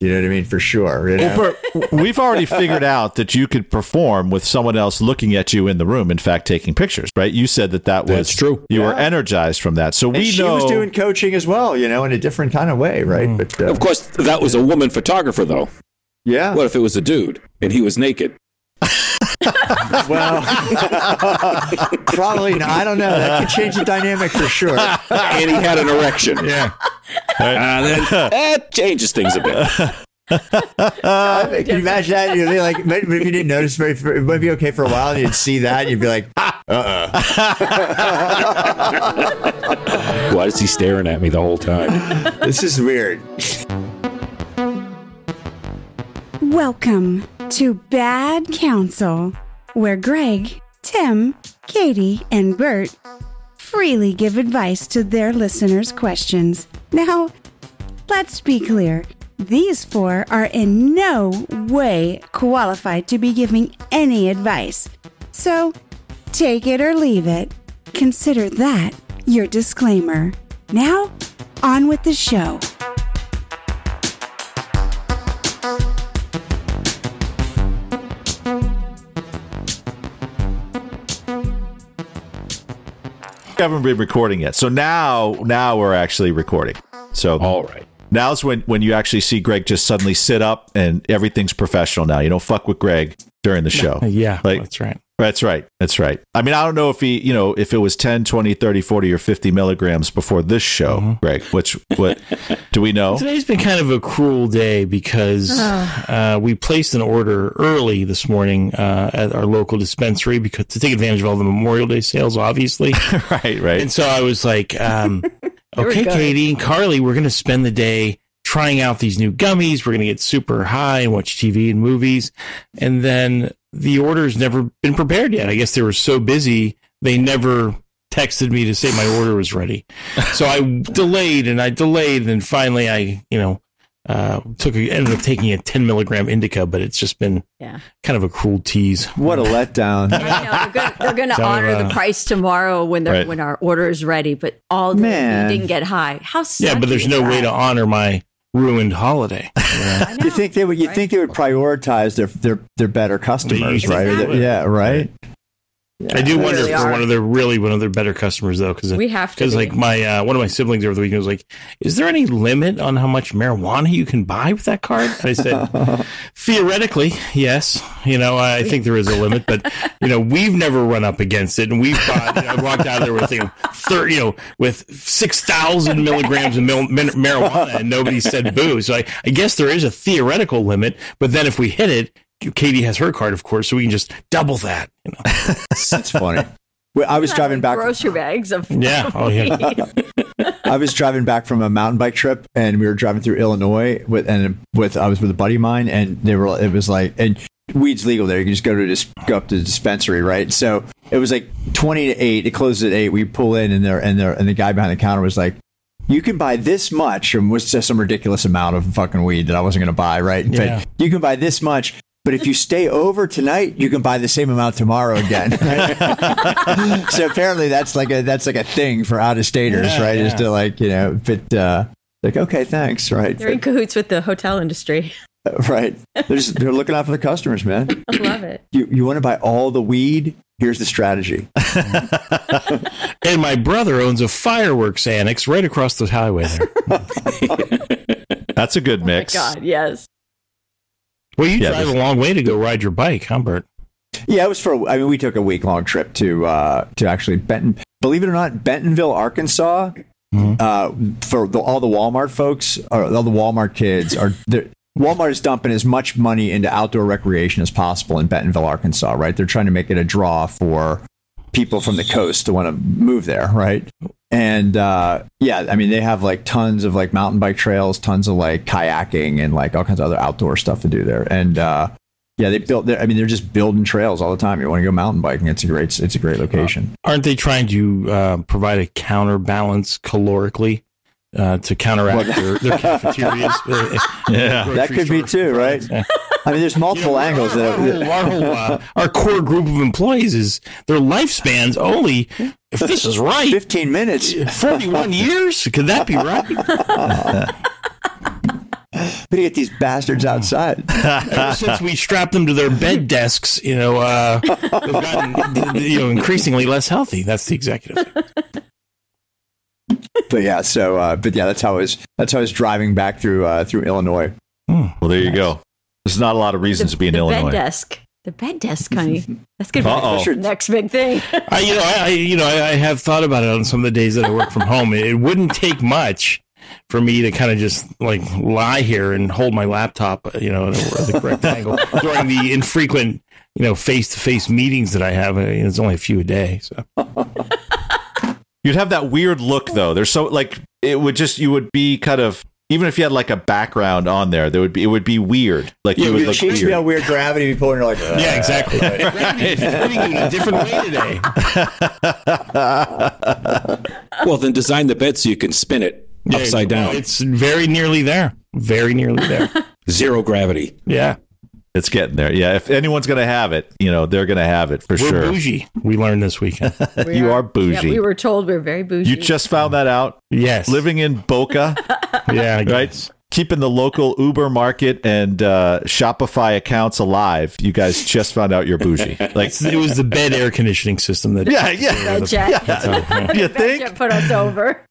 You know what I mean? For sure. you know? Well, per- we've already figured out that you could perform with someone else looking at you in the room. In fact, taking pictures, right? You said that that was That's true. You were energized from that, so And we she know. was doing coaching as well, you know, in a different kind of way, right? But uh, Of course, that was a woman photographer, though. yeah, What if it was a dude and he was naked? well, probably not. I don't know. That could change the dynamic for sure. and he had an erection. Yeah. Uh, then that changes things a bit. Uh, can you imagine that? You'd be like, maybe if you didn't notice, very- it might be okay for a while, and you'd see that, and you'd be like, Why is he staring at me the whole time? this is weird. Welcome to Bad Counsel, where Greg, Tim, Katie, and Bert freely give advice to their listeners' questions. Now, let's be clear. These four are in no way qualified to be giving any advice. So, take it or leave it. Consider that your disclaimer. Now, on with the show. haven't been recording yet. So now, now we're actually recording. So All right. now's when when you actually see Greg just suddenly sit up and everything's professional now. You don't fuck with Greg during the show. Yeah. Like- that's right. That's right. That's right. I mean, I don't know if he, you know, if it was 10, 20, 30, 40 or 50 milligrams before this show, Greg, which what do we know? Today's been kind of a cruel day because uh, we placed an order early this morning uh, at our local dispensary because to take advantage of all the Memorial Day sales, obviously. right, right. And so I was like, um, okay, Katie and Carly, we're going to spend the day trying out these new gummies. We're going to get super high and watch TV and movies. And then the order's never been prepared yet. I guess they were so busy, they never texted me to say my order was ready. So I delayed and I delayed. And finally, I, you know, uh, took a, ended up taking a 10 milligram indica, but it's just been Yeah. kind of a cruel tease. What a letdown. I know, they're gonna, they're gonna So, honor uh, the price tomorrow when they're Right. when our order is ready. But all day Man. we didn't get high. How Yeah, but sucky there's is no way that? to honor my ruined holiday. I know. You think they would? You Right. think they would prioritize their their, their better customers, usually right? Or their- would. yeah, right. I do They wonder really if we're are. one of their really one of their better customers though, because we have to because be. like my uh, one of my siblings over the weekend was like, "Is there any limit on how much marijuana you can buy with that card?" And I said, "Theoretically, yes. You know, I think there is a limit, but you know, we've never run up against it, and we've bought, you know, I walked out of there with you know, thir- you know with six thousand milligrams of mil- min- marijuana, and nobody said boo. So I, I guess there is a theoretical limit, but then if we hit it." Katie has her card, of course, so we can just double that. You know? That's funny. Well, I was driving Having back. grocery bags of Yeah. Oh, yeah. I was driving back from a mountain bike trip, and we were driving through Illinois with and with I was with a buddy of mine, and they were it was like and weed's legal there. You can just go to dis, go up to the dispensary, right? So it was like twenty to eight. It closes at eight. We pull in, and there and there and the guy behind the counter was like. You can buy this much, and was just some ridiculous amount of fucking weed that I wasn't going to buy, right? But Yeah. you can buy this much, but if you stay over tonight, you can buy the same amount tomorrow again. so apparently that's like a that's like a thing for out of staters, Yeah, right? Is yeah. to like you know, but uh, like okay, thanks, right? They're in cahoots with the hotel industry. right? They're just they're looking out for the customers, man. I love it. You you want to buy all the weed? Here's the strategy. And my brother owns a fireworks annex right across the highway there. That's a good Oh My mix. God, yes. Well, you Yeah, drive there's- a long way to go ride your bike, huh, Bert? Yeah, it was for. I mean, we took a week long trip to uh, to actually Benton. Believe it or not, Bentonville, Arkansas. Uh, for the, all the Walmart folks, or all the Walmart kids are. they're- Walmart is dumping as much money into outdoor recreation as possible in Bentonville, Arkansas. Right? They're trying to make it a draw for people from the coast to want to move there. Right? And uh, yeah, I mean, they have like tons of like mountain bike trails, tons of like kayaking, and like all kinds of other outdoor stuff to do there. And uh, yeah, they built. I mean, they're just building trails all the time. You want to go mountain biking? It's a great. It's a great location. Aren't they trying to uh, provide a counterbalance calorically uh, to counteract their, their cafeterias? Yeah. That could be too, right? I mean, there's multiple angles Our whole, that. our, whole, uh, our core group of employees is their lifespans only, if this is right, Fifteen minutes. 41 years? Could that be right? We need to get these Mm. bastards outside. Ever since we strapped them to their bed desks, you know, uh, they've gotten you know increasingly less healthy. That's the executive. but yeah, so uh, but yeah, that's how I was that's how I was driving back through uh, through Illinois. Well, there you go. There's not a lot of reasons to be in the Illinois. bed desk. The bed desk, honey. That's gonna be Uh-oh. the next big thing. I, you know, I, I you know, I, I have thought about it on some of the days that I work from home. It, wouldn't take much for me to kind of just like lie here and hold my laptop, you know, at a- at the correct angle during the infrequent, you know, face-to-face meetings that I have. I mean, it's only a few a day, so You'd have that weird look though. There's so like it would just you would be kind of even if you had like a background on there, there would be it would be weird. Like you would Your look cheeks weird. feel weird gravity people, and you're like, "Ugh." yeah, exactly. Gravity's putting you in a different way today. well, then design the bed so you can spin it upside Yeah, down. It's very nearly there. Very nearly there. Zero gravity. Yeah. It's getting there. Yeah, if anyone's gonna have it, you know they're gonna have it for We're sure. bougie. We learned this weekend. We You are Yeah, bougie. we were told we're very bougie. You just found that out Yes. living in Boca, Yeah. I guess. right? Keeping the local Uber market and uh, Shopify accounts alive. You guys just found out you're bougie. Like, It was the bed air conditioning system that. yeah, yeah. Bed jet. You Bed jet think put us over.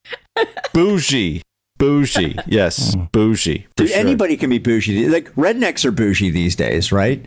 bougie, bougie? Yes, bougie. for Dude, sure. anybody can be bougie. Like rednecks are bougie these days, right?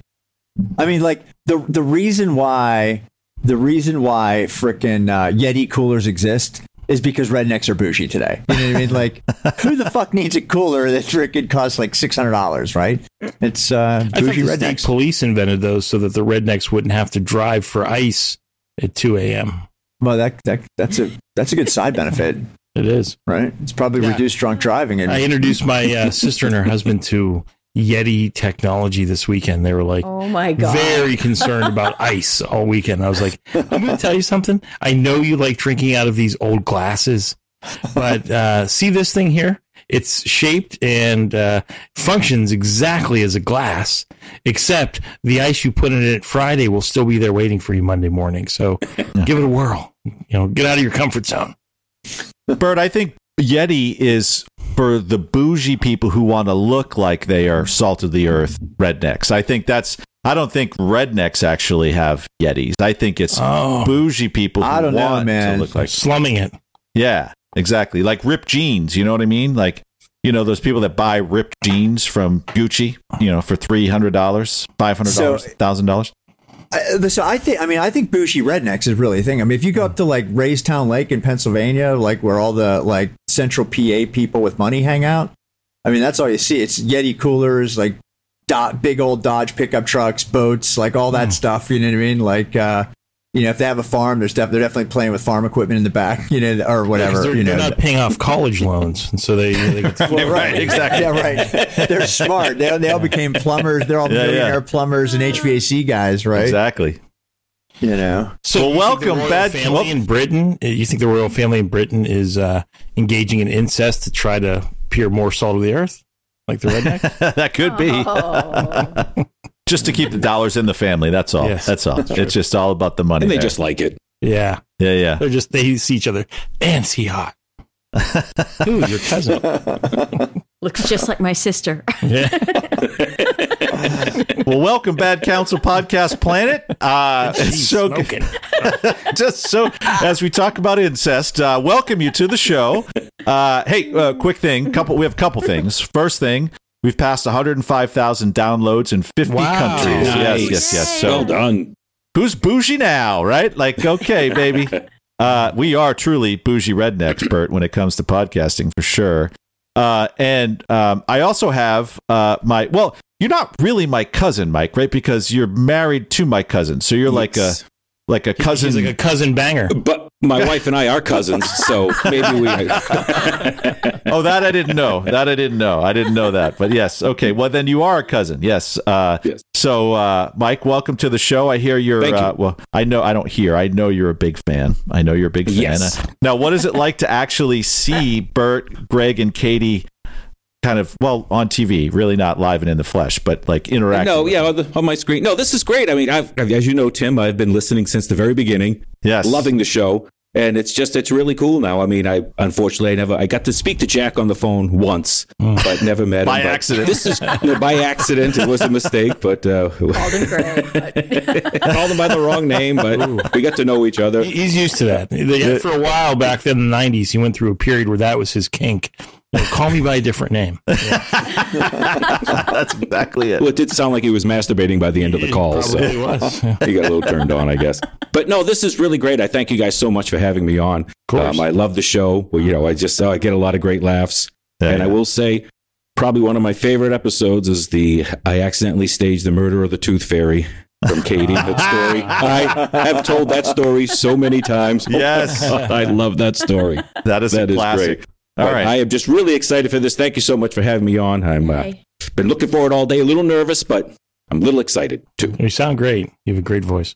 I mean, like the the reason why the reason why frickin' uh, Yeti coolers exist is because rednecks are bougie today. You know what I mean? Like, who the fuck needs a cooler that frickin' costs like six hundred dollars, right? It's uh, I think bougie the state rednecks. police invented those so that the rednecks wouldn't have to drive for ice at 2 a.m. Well, that, that that's a that's a good side benefit, It is. right? It's probably Yeah. reduced drunk driving and I introduced my uh, sister and her husband to Yeti technology this weekend. They were like, Oh my god. very concerned about ice all weekend. I was like, I'm going to tell you something. I know you like drinking out of these old glasses, but uh, see this thing here? It's shaped and uh, functions exactly as a glass, except the ice you put in it Friday will still be there waiting for you Monday morning. So give it a whirl. You know, get out of your comfort zone. Bert, I think Yeti is for the bougie people who want to look like they are salt of the earth rednecks. I think that's. I don't think rednecks actually have Yetis. I think it's Oh, bougie people who I don't know, want man. to look like. slumming it. Yeah, exactly. Like ripped jeans. You know what I mean? Like you know those people that buy ripped jeans from Gucci. You know for three hundred dollars, five hundred dollars, So- thousand dollars. I, so I think I mean I think bougie rednecks is really a thing. I mean, if you go up to like Raystown Lake in Pennsylvania, like where all the like central PA people with money hang out, I mean that's all you see. It's Yeti coolers, like dot big old Dodge pickup trucks, boats, like all Hmm. that stuff. You know what I mean? Like uh, you know, if they have a farm, there's def- they're definitely playing with farm equipment in the back, you know, or whatever. They're, you know, they're not paying off college loans. And so they, they get to- well, Right, exactly. Yeah, right. They're smart. They, they all became plumbers. They're all Yeah, yeah. millionaire plumbers and HVAC guys, right? Exactly. You know. So Well, you think the welcome royal back- Family wel- in Britain. uh, You think the royal family in Britain is uh, engaging in incest to try to appear more salt of the earth, like the redneck? that could be. Oh. just to keep the dollars in the family. That's all. Yes. that's all. it's just all about the money. And they there. just like it. yeah, yeah, yeah. they're just they see each other and see hot. Ooh, your cousin. Looks just like my sister. Yeah. Well, welcome, Bad Counsel Podcast Planet. Uh, it's She's so smoking. just so as we talk about incest, uh, welcome you to the show. Uh, hey, uh, quick thing. Couple. We have a couple things. First thing. We've passed 105,000 downloads in 50 Wow. countries. Yes, Nice. yes, yes. So Well done. who's bougie now, right? Like, okay, baby. Uh, we are truly bougie rednecks, Bert, when it comes to podcasting for sure. Uh, and um, I also have uh, my, well, you're not really my cousin, Mike, right? Because you're married to my cousin. So you're uh, like a, like a cousin. He's like a cousin banger. But my wife and I are cousins, so maybe we. oh, that I didn't know. That I didn't know. I didn't know that. But yes. Okay. Well, then you are a cousin. Yes. Uh, Yes. So, uh, Mike, welcome to the show. I hear you're. Thank you. Uh, well, I know. I don't hear. I know you're a big fan. I know you're a big fan. Yes. Uh, now, what is it like to actually see Bert, Greg, and Katie? Kind of well on TV, really not live and in the flesh, but like interacting. no, with yeah, them. on, the, on my screen. No, this is great. I mean, I've, I've- as you know, Tim, I've been listening since the very beginning, yes, loving the show. and it's just it's really cool now. I mean, I unfortunately I never I got to speak to Jack on the phone once, Mm. but never met By him. But accident. This is no, by accident. It was a mistake, but uh, Called him Greg. called him by the wrong name. But we got to know each other. He- He's used to that. The- For a while back then, in the '90s, he went through a period where that was his kink. You know, call me by a different name. That's exactly it. Well, it did sound like he was masturbating by the end of the call. so. Probably was. he got a little turned on, I guess. But no, this is really great. I thank you guys so much for having me on. Um, course. I love the show. Well, you know, I just uh, I get a lot of great laughs, Yeah, and I yeah. will say, probably one of my favorite episodes is the I accidentally staged the murder of the Tooth Fairy from Katie. That story I have told that story so many times. Yes, I love that story. that is That a is classic. great. All But right. I am just really excited for this. Thank you so much for having me on. I'm uh, Hey. been looking forward all day. A little nervous, but I'm a little excited too. You sound great. You have a great voice.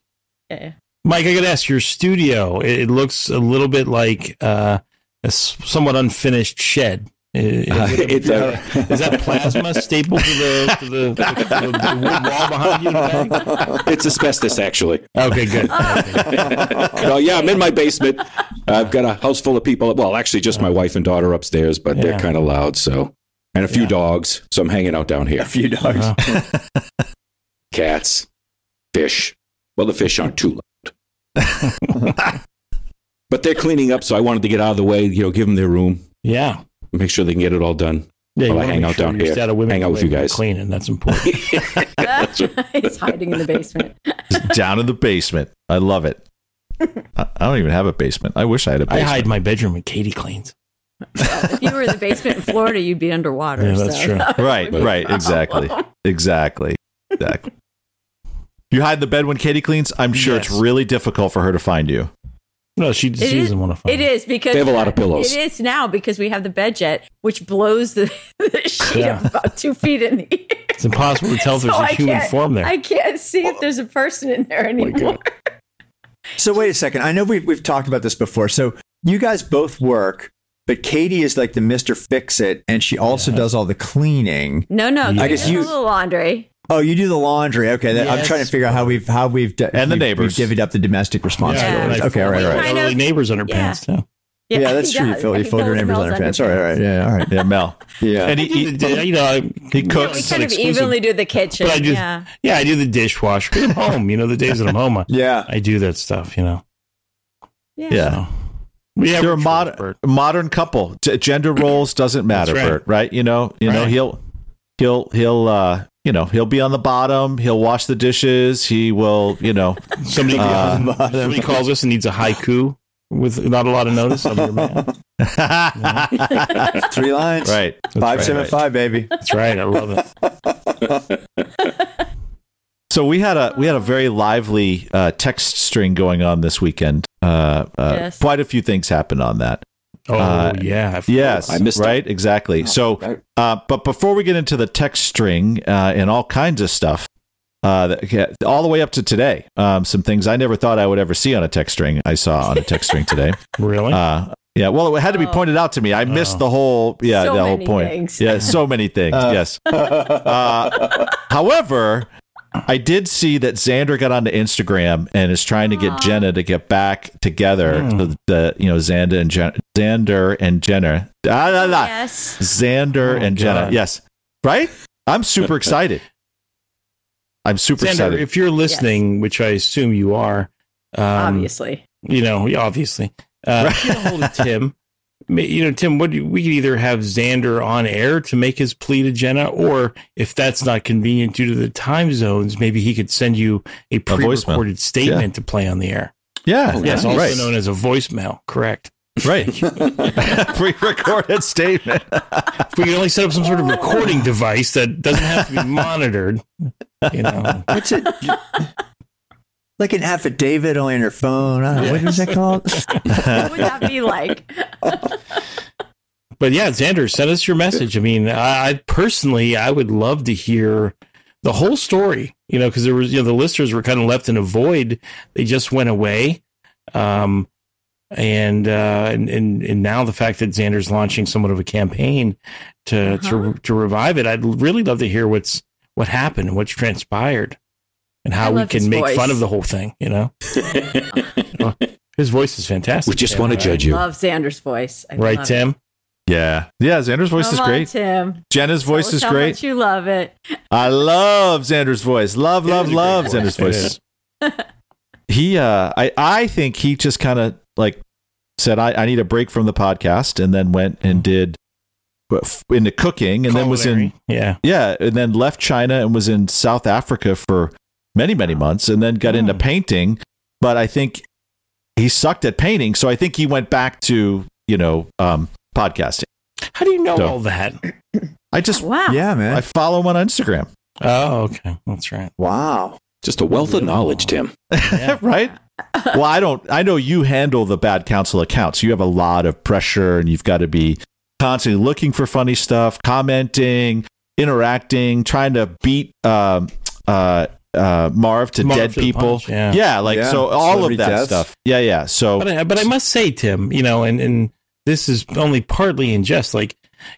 Yeah. Mike, I got to ask your studio. It, it looks a little bit like uh, a s- somewhat unfinished shed. Is, Uh, it's a, is that plasma stapled to the, to the, to the, the wood wall behind you? Mike? it's asbestos actually. Okay, good. Okay. no, yeah, I'm in my basement. I've got a house full of people. Well, actually, just my wife and daughter upstairs, but Yeah. they're kind of loud. So, and a few dogs. So I'm hanging out down A here. few dogs. Wow. Cats, fish. Well, the fish aren't too loud, but they're cleaning up. So I wanted to get out of the way. You know, give them their room, Yeah. make sure they can get it all done. Yeah, Well, you I wanna hang make out down you're here. set of women Hang out with you away from guys. Cleaning. That's important. He's hiding in the basement. down in the basement. I love it. I I don't even have a basement. I wish I had a I basement. hide my bedroom and Katie cleans. If you were in the basement in Florida, you'd be underwater. Yeah, that's so. true. right, right, exactly, exactly, exactly. You hide the bed when Katie cleans. I'm sure it's Yes. really difficult for her to find you. No, she, she It is- doesn't want to find It is because They have a lot of pillows. It is now because we have the bed jet, which blows the, the sheet Yeah. up about two feet in the air. It's impossible to tell if there's So a I human can't- form there. I can't see if there's a person in Oh there anymore. So wait a second. I know we've we've talked about this before. So you guys both work, but Katie is like the Mister Fix It, and she also does all the cleaning. no, no, I I guess guess you- a little laundry. Oh, you do the laundry. Okay, that, I'm Yes. trying to figure out how we've how we've de- And the we've- neighbors. we've divvied up the domestic responsibilities. like, Okay, all right, all right. Kind Elderly of- neighbors underpants. Yeah. Yeah, that's he true. You does. fill, you He fill your fills neighbor's Mel's underpants. All right, all right, yeah, all right. Yeah, Mel. Yeah. And he, I do he, the di- you know, I, he Yeah, We cooks. it's kind not of exclusive. evenly do the kitchen. but I do, yeah. yeah. I do the dishwasher. 'cause I'm home, you know, the days that I'm home, I, yeah. I do that stuff, you know. yeah. Yeah. Yeah, They're a we're mod- Bert. modern couple. G- gender roles doesn't matter, That's right. Bert. Right? You know, you know Right. he'll he'll he'll uh you know he'll be on the bottom. He'll wash the dishes. He will you know Somebody, Uh, calls, somebody calls us and needs a haiku with not a lot of notice. I'm your man. right Three lines. Five That's seven right. five, baby. That's right. I love Uh, it. So we had a we had a very lively uh, text string going on this weekend. Uh, uh, Yes. Quite a few things happened on that. Oh, Uh, yeah. I forgot. Yes, I missed it. Oh, right, exactly. right. So, uh, but before we get into the text string uh, and all kinds of stuff, uh, that- all the way up to today, um, some things I never thought I would ever see on a text string. I saw on a text string today. Really? Uh, yeah, well, it had to be pointed out to me. I missed Oh. the whole yeah Oh. So the whole many point. things. Yeah, so many things. yes. Uh, however, I did see that Xander got onto Instagram and is trying to get Jenna to get back together. Hmm. So that, uh, you know, Xander and Jen- Xander and Jenna. Ah, la, la. Yes. Xander Oh, and Jenna. God. Yes, right. I'm super excited. I'm super Xander, excited. if you're listening, which I assume you are, um, obviously. you know, yeah, obviously. Uh, get a hold of Tim. Ma- You know, Tim, what do you- we could either have Xander on air to make his plea to Jenna, or if that's not convenient due to the time zones, maybe he could send you a voicemail. pre-recorded statement to play on the air. yeah, Yes, Oh, also right, known as a voicemail. Correct. right. Pre-recorded statement. If we could only set up some sort of recording device that doesn't have to be monitored, you know, What's it? Like an affidavit on your phone. I don't know, What is that called? What would that be like? but yeah, Xander, send us your message. I mean, I, I personally, I would love to hear the whole story, you know, because there was, you know, the listeners were kind of left in a void. They just went away. Um, and, uh, and, and, and now the fact that Xander's launching somewhat of a campaign to, Uh-huh. to, to revive it, I'd really love to hear what's, what happened and what's transpired and I how we love his can make voice. fun of the whole thing, you know? His voice is fantastic. We just Tim, want to right? judge you. Love Xander's voice. I Right, love it. Tim? Yeah. Yeah. Xander's voice Come is on, great. Tim. Jenna's voice Tell us is how great. much you love it. I love Xander's voice. Love, It love, is a great love voice. Xander's It voice. is. he uh I, I think he just kind of like said I, I need a break from the podcast and then went and did into cooking and then was in Mm-hmm. Culinary. Yeah. yeah, and then left China and was in South Africa for many, many months and then got into Mm. painting. But I think he sucked at painting. So I think he went back to, you know, um, podcasting. How do you know So- all that? I just, Wow. Yeah, man. I follow him on Instagram, Oh, okay. That's right. wow. Just a wealth of knowledge, Tim. Yeah. right? well, I don't, I know you handle the bad counsel accounts. You have a lot of pressure and you've got to be constantly looking for funny stuff, commenting, interacting, trying to beat, um, uh, uh, Marv to Marv dead to the people. punch, yeah. like Yeah, so all celebrity of that deaths. stuff. Yeah, yeah. So But I, but I must say, Tim, you know, and, and this is only partly in jest. Like,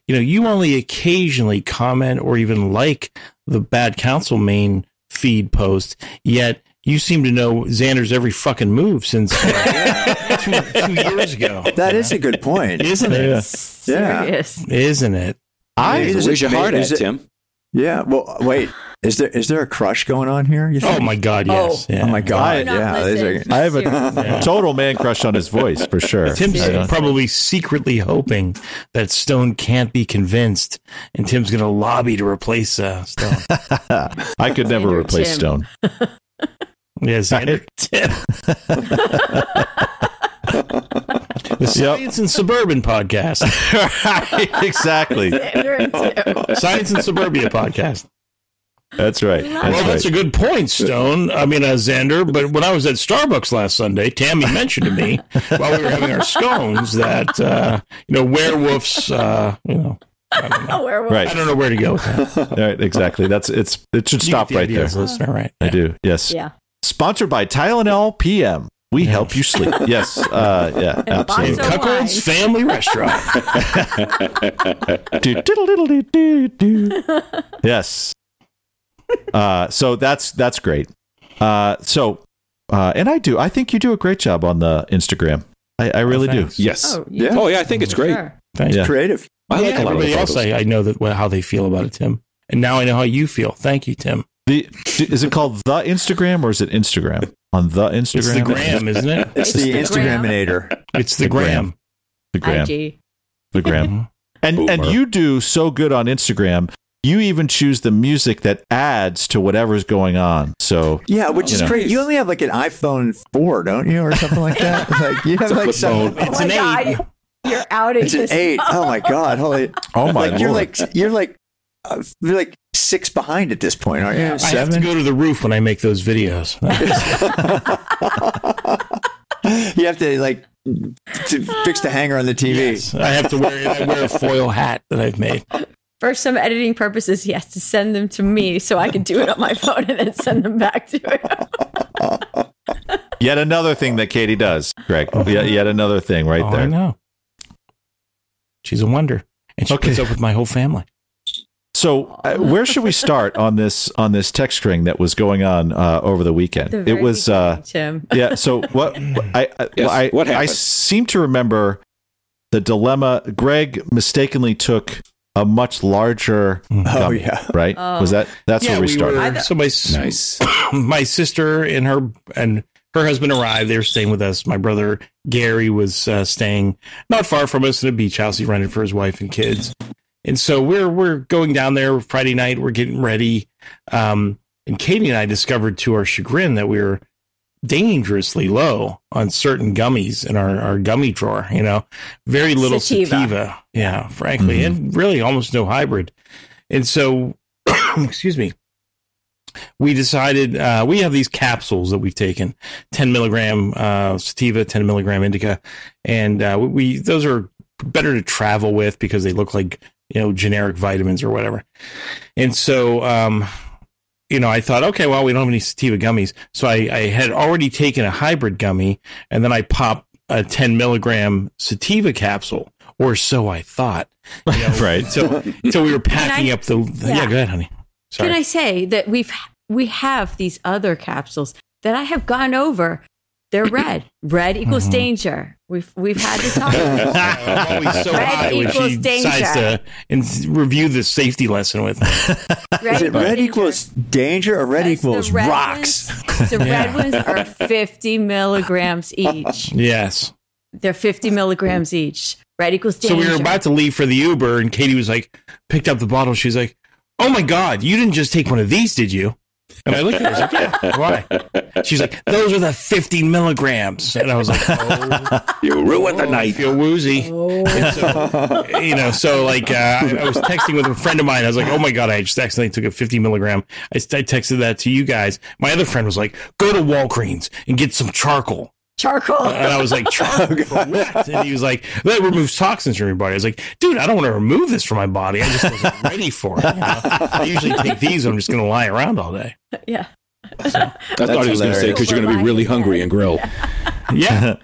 you know, you only occasionally comment or even like the Bad Counsel main feed post, yet you seem to know Xander's every fucking move since uh, two, two years ago. That is a good point. Isn't it? Yeah. Serious. Isn't it? I Is it Where's your ma- heart is at, it- Tim? Yeah. Well, wait. Is there is there a crush going on here? You Oh think? my God! Oh. Yes. Yeah. Oh my I- god. Not yeah. listen. these are- I have a- Serious. total man crush on his voice for sure. Tim's I don't- probably secretly hoping that Stone can't be convinced, and Tim's going to lobby to replace uh, Stone. I could never Andrew replace Stone. Tim. Yeah, Xander Tim. the Science and Suburban podcast. Right, exactly. Xander and Tim. Science and Suburbia podcast. That's right. Well, That's that's a right. good point, Stone. I mean, uh, Xander. But when I was at Starbucks last Sunday, Tammy mentioned to me while we were having our scones that uh, you know werewolves. Uh, you know, Oh, werewolf. Right. I don't know where to go. With that. You All right. Exactly. That's it's. It should get stop the right idea there. as a listener, right? I do. Yes. Yeah. Sponsored by Tylenol PM. We help you sleep. Yes. Uh, yeah. And And Absolutely. Bonzo- So Cuckold's wise. Family Restaurant. Do, diddle, diddle, dee, dee, doo. yes. Uh, so that's that's great. Uh, so, uh, and I do. I think you do a great job on the Instagram. I, I really do. thanks. Yes. Oh, you- Yeah. Oh yeah, I think it's great. Sure. Thanks. Yeah. Creative. I like yeah, a lot of everybody the else. photos. I, I know that well, how they feel about it, Tim. And now I know how you feel. Thank you, Tim. The is it called the Instagram or is it Instagram on the Instagram? It's the gram, isn't it? It's the It's the gram. Instagraminator. It's the, The gram. gram. The gram. IG. The gram. And and Boomer. you do so good on Instagram. You even choose the music that adds to whatever's going on. So Yeah, which You is know. crazy. You only have like an iPhone four, don't you, or something like that? Like you have like flip some. Oh It's my an God, eight. you're- You're outing It's an yourself. eight. Oh my god! Holy. oh like you're like you're like uh, you're like six behind at this point, aren't you? I have to go to the roof when I make those videos. You have to like to fix the hanger on the TV. Yes. I have to wear I wear a foil hat that I've made. For some editing purposes, he has to send them to me so I can do it on my phone and then send them back to him. yet another thing that Katie does, Greg. Yet, yet another thing right oh, I there. know. She's a wonder, and she Okay. puts up with my whole family. So uh, where should we start on this on this text string that was going on uh, over the weekend? The it very was uh, beginning, Tim. yeah. So what I I, Yes, I, what I happened? seem to remember the dilemma. Greg mistakenly took a much larger. Oh gummy, yeah. Right? Oh. Was that that's where we, started? were- so my s- Nice. my sister and her and her husband arrived. They were staying with us. My brother Gary was uh, staying not far from us in a beach house he rented for his wife and kids. And so we're we're going down there Friday night. We're getting ready. Um, and Katie and I discovered to our chagrin that we were dangerously low on certain gummies in our, our gummy drawer. You know, very little Sativa. sativa. yeah, frankly, and really almost no hybrid. And so, excuse me, we decided uh, we have these capsules that we've taken 10 milligram uh, sativa, 10 milligram indica. And uh, we, we those are better to travel with because they look like, you know, generic vitamins or whatever. And so, um, you know, I thought, okay, well, we don't have any sativa gummies. So I, I had already taken a hybrid gummy and then I popped a 10 milligram sativa capsule, or so I thought. You know, Right. So, so we were packing I- up the. Yeah. Yeah. go ahead, honey. Sorry. Can I say that we've we have these other capsules that I have gone over They're red. Red Mm-hmm. equals danger. We've we've had to talk. about this. I'm always so Red high when equals she decides to and review the safety lesson with me. Is Red it equals red danger. equals danger or red Because the equals red rocks? ones- the red ones are 50 milligrams each. Yes. They're 50 milligrams each. Red equals danger. So we were about to leave for the Uber, and Katie was like, picked up the bottle. She's like, "Oh my God, you didn't just take one of these, did you?" And I looked at her. I was like, "Yeah, why?" She's like, "Those are the 50 milligrams," and I was like, "Oh, You ruined the I night. feel woozy." Oh, And so, you know, so like uh, I I was texting with a friend of mine. I was like, "Oh my god, I just accidentally took a 50 milligram." I, s- I texted that to you guys. My other friend was like, "Go to Walgreens and get some charcoal." charcoal. And I was like, charcoal for what? And he was like, that removes toxins from your body. I was like, dude, I don't want to remove this from my body. I just wasn't ready for it. you know? I usually take these. I'm just going to lie around all day. Yeah. I thought he was going to say hilarious. because you're going to be really hungry and grill. Yeah.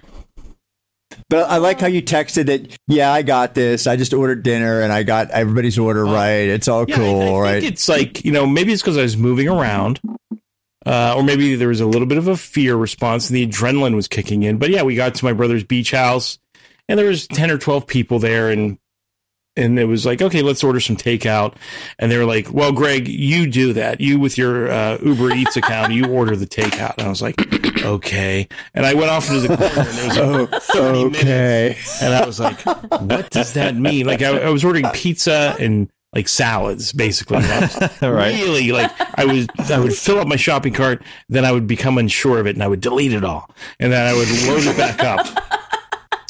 But I like how Oh. you texted that. Yeah, I got this. I just ordered dinner and I got everybody's order right. It's all yeah I- I, cool, think right? It's like, you know, maybe it's because I was moving around. Uh, or maybe there was a little bit of a fear response and the adrenaline was kicking in. But yeah, we got to my brother's beach house and there was 10 or 12 people there and and it was like, okay, let's order some takeout. And they were like, well, Greg, you do that. You with your uh, Uber Eats account, you order the takeout. And I was like, okay. And I went off into the corner and there was like, okay. and I was like, what does that mean? Like, I, I was ordering pizza and like salads, basically. And I was right. Really, like I was, I would fill up my shopping cart, then I would become unsure of it, and I would delete it all, and then I would load it back up.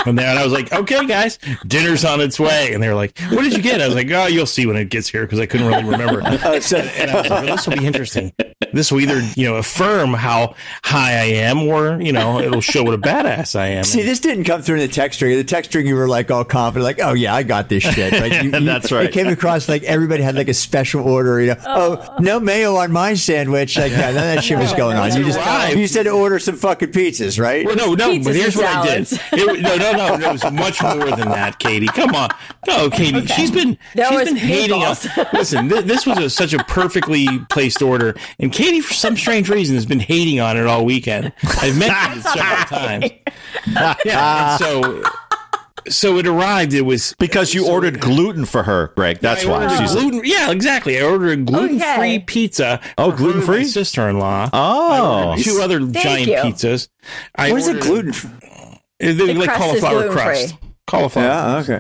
And then I was like, "Okay, guys, dinner's on its way." And they were like, "What did you get?" I was like, "Oh, you'll see when it gets here," because I couldn't really remember. Uh, so- And I was like, well, this will be interesting. This will either, you know, affirm how high I am, or you know, it'll show what a badass I am. See, this didn't come through in the text string. The text string, you were like all confident, like, "Oh yeah, I got this shit." Right? You- you- That's right. It came across like everybody had like a special order. You know, oh, no mayo on my sandwich. Like, yeah, none of that shit was going on. You just Right. you said order some fucking pizzas, right? Well, no, no, Pizzas but here's and what I did. salads. It, no, no, no, it was much more than that, Katie. Come on, no, Katie. She's been There she's was been hating us. Listen, th- this was a, such a perfectly placed order, and Katie, for some strange reason, has been hating on it all weekend. I've mentioned it several times. yeah, and so so it arrived. It was Because you ordered gluten for her, Greg. That's why. ordered She's gluten. Yeah, exactly. I ordered a gluten-free Okay. pizza. Oh, for her and my gluten-free? sister-in-law. Oh. Two other giant you. pizzas. I What is it ordered- gluten? Uh, They like crust is cauliflower gluten-free. crust. Cauliflower. Yeah.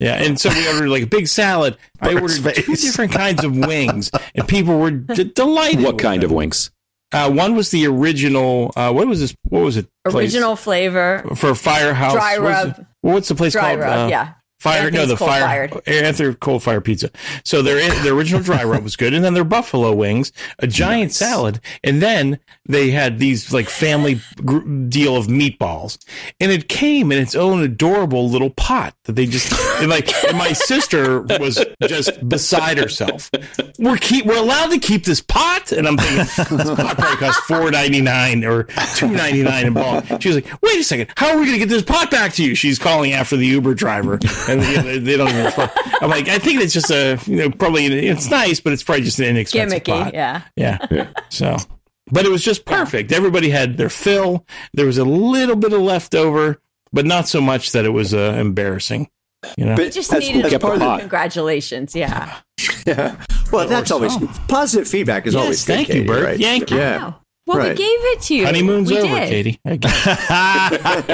Yeah, oh, okay. and so we ordered like a big salad. I ordered Burt's two face. different kinds of wings, and people were d- delighted. What kind of wings? Uh, one was the original. Uh, what was this? What was it? place? Original flavor. for Firehouse. Dry what's rub. The, well, what's the place Dry called? Uh, uh, rub, yeah. Fire. no, Anthony's the Coal fire. Anthony Cold Fire Pizza. So their their original dry rub was good, and then their buffalo wings, a giant salad, and then they had these like family gr- deal of meatballs, and it came in its own adorable little pot that they just and like. And my sister was just beside herself. We're keep we're allowed to keep this pot, and I'm thinking this pot probably costs four ninety nine or two ninety nine in bulk. She was like, "Wait a second, how are we going to get this pot back to you?" She's calling after the Uber driver, and you know, they, they don't even. Respond. I'm like, I think it's just a you know probably it's nice, but it's probably just an inexpensive Gimmicky. pot. Yeah. Yeah. So, but it was just perfect. Everybody had their fill. There was a little bit of leftover, but not so much that it was uh, embarrassing. You know, We just that's- needed that's a part of the- little congratulations. Yeah. Well, that's always positive feedback is always yes, good, thank Katie, you, Bert. Right? Thank you. Yeah. Wow. Well, we Right. gave it to you. Honeymoon's we over, did. Katie. I guess.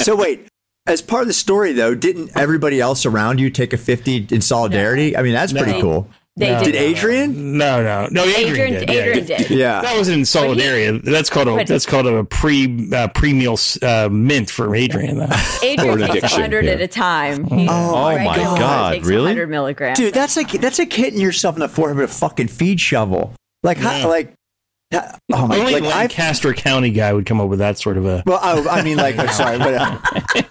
So wait, as part of the story though, didn't everybody else around you take a fifty in solidarity? I mean, that's pretty cool. They Did did. Adrian? No, no, no. Adrian, Adrian, did. yeah, Adrian yeah. did. Yeah. That was in solidarity. that's called a But- that's called a pre uh, pre meal uh, mint for Adrian. Though. Adrian an takes addiction, 100 yeah. at a time. He- Oh, my regular God, takes really? 100 milligrams. Dude, that's like that's like hitting yourself in the forehead with a fucking feed shovel. Like how, like how- oh my Only like I Lancaster County guy would come up with that sort of a. well I, I mean like I'm sorry, but uh,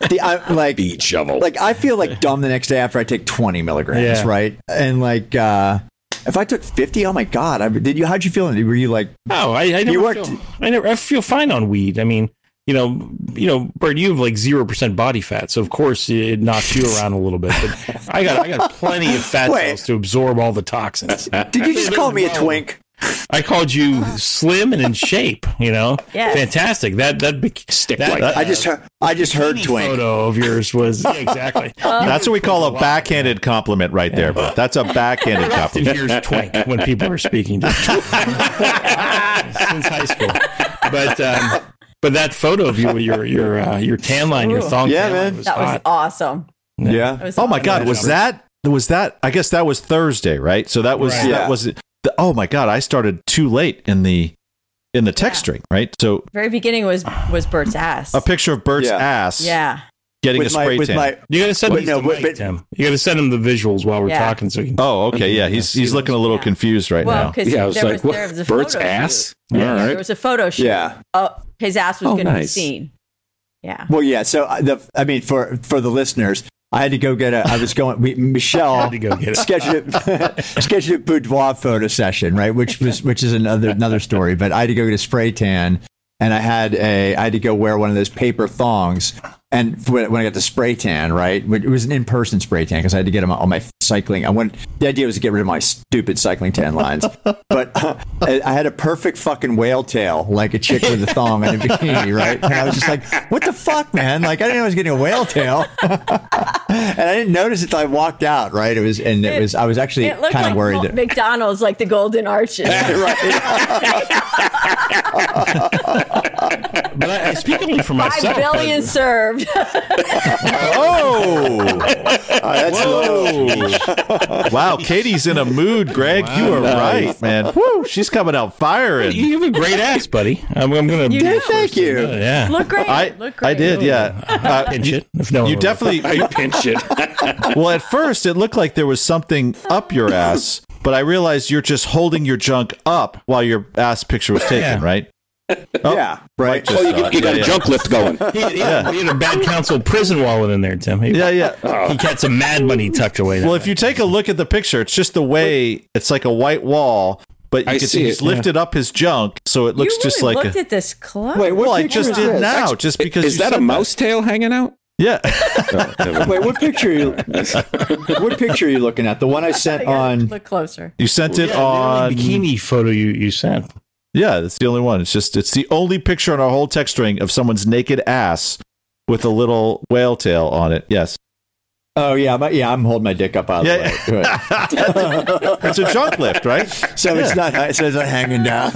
the, I, like Beat shovel. like I feel like dumb the next day after I take twenty milligrams, Yeah. right? And like uh if I took fifty, oh my god! I, did you? How'd you feel? Were you like? Oh, I, I never You worked- Feel, I never. I feel fine on weed. I mean, you know, you know, Bert, you have like zero percent body fat, so of course it knocks you around a little bit. But I got I got plenty of fat Wait. cells to absorb all the toxins. Did you just call me a Whoa. twink? I called you slim and in shape. You know, Yes. fantastic. That that bec- Stick that, like that I just heard, I just heard twink. photo of yours was yeah, exactly. That's what we call a backhanded compliment right there, but that's a backhanded compliment. Here's twink when people are speaking to you. since high school. But um, but that photo of you, with your your uh, your tan line, your Ooh. thong, Yeah, tan line man. was That was hot. awesome. That Yeah. was Oh my awesome. God, was that was that? I guess that was Thursday, right? So that was Right. Yeah. that was. The, oh my God, I started too late in the in the texting, right? So very beginning was was Bert's ass. a picture of Bert's Yeah. ass yeah. getting a With spray my, with tan. my, You gotta send Wait, these no, to but- Mike, but- Tim. You gotta send him the visuals while we're Yeah. talking, so he can oh, okay, yeah, he's he's looking a little confused right Well, now. because Yeah, I was there like, was, there was a what? Bert's photo ass? shoot. Yeah, All There right. was a photo shoot. yeah. Oh, his ass was Oh, going to be nice. seen. Yeah. Well, yeah. So I- the, I mean, for for the listeners, I had to go get a. I was going. We, Michelle Had to go get it. scheduled it, scheduled a boudoir photo session, right? Which was which is another another story. But I had to go get a spray tan, and I had a I had to go wear one of those paper thongs. And f- when, when I got the spray tan, right, which- it was an in person spray tan because I had to get them on my cycling. I went. The idea was to get rid of my stupid cycling tan lines, but uh, I I had a perfect fucking whale tail, like a chick with a thong and a bikini, right? And I was just like, "What the fuck, man? Like I didn't know I was getting a whale tail." and I didn't notice it till I walked out. Right? It was, and it, It- was. I was actually It looked kind of like worried Mo- that. McDonald's, like the Golden Arches. But I, I speak only for myself. Five billion but- served. Oh, Oh, that's wow, Katie's in a mood, Greg. You are right, man. Woo, she's coming out firing. You have a great ass, buddy. I'm, I'm gonna. You did. Thank you. Yeah. Look great. I Look great. I did, yeah. Uh, Pinch it. If no one you would- definitely I pinch it. Well, at first it looked like there was something up your ass, but I realized you're just holding your junk up while your ass picture was taken, Yeah. right? uh, Yeah. Right. Oh, you, got- you got Yeah, a yeah. junk lift going. He, he, he had a bad counsel prison wallet in there, Tim. He, Yeah, Oh, yeah. he had some Mad Money tucked away. Well, if you take a look at the picture, it's just the way it's like a white wall, but you I can see, see it, he's lifted up his junk, so it You looks really just like looked a. at this club. Wait, what Well, I picture just is did this? now, just because. Is you that said a mouse tail hanging out? Yeah. Wait, what picture? Are you, what picture are you looking at? The one I sent I gotta on. look closer. You sent it the on. bikini photo you you sent, Yeah, that's the only one. It's just it's the only picture on our whole text string of someone's naked ass with a little whale tail on it. Yes. Oh yeah, my, yeah. I'm holding my dick up out of Yeah. the way. Good. It's a junk lift, right? So it's not. So it's not hanging down.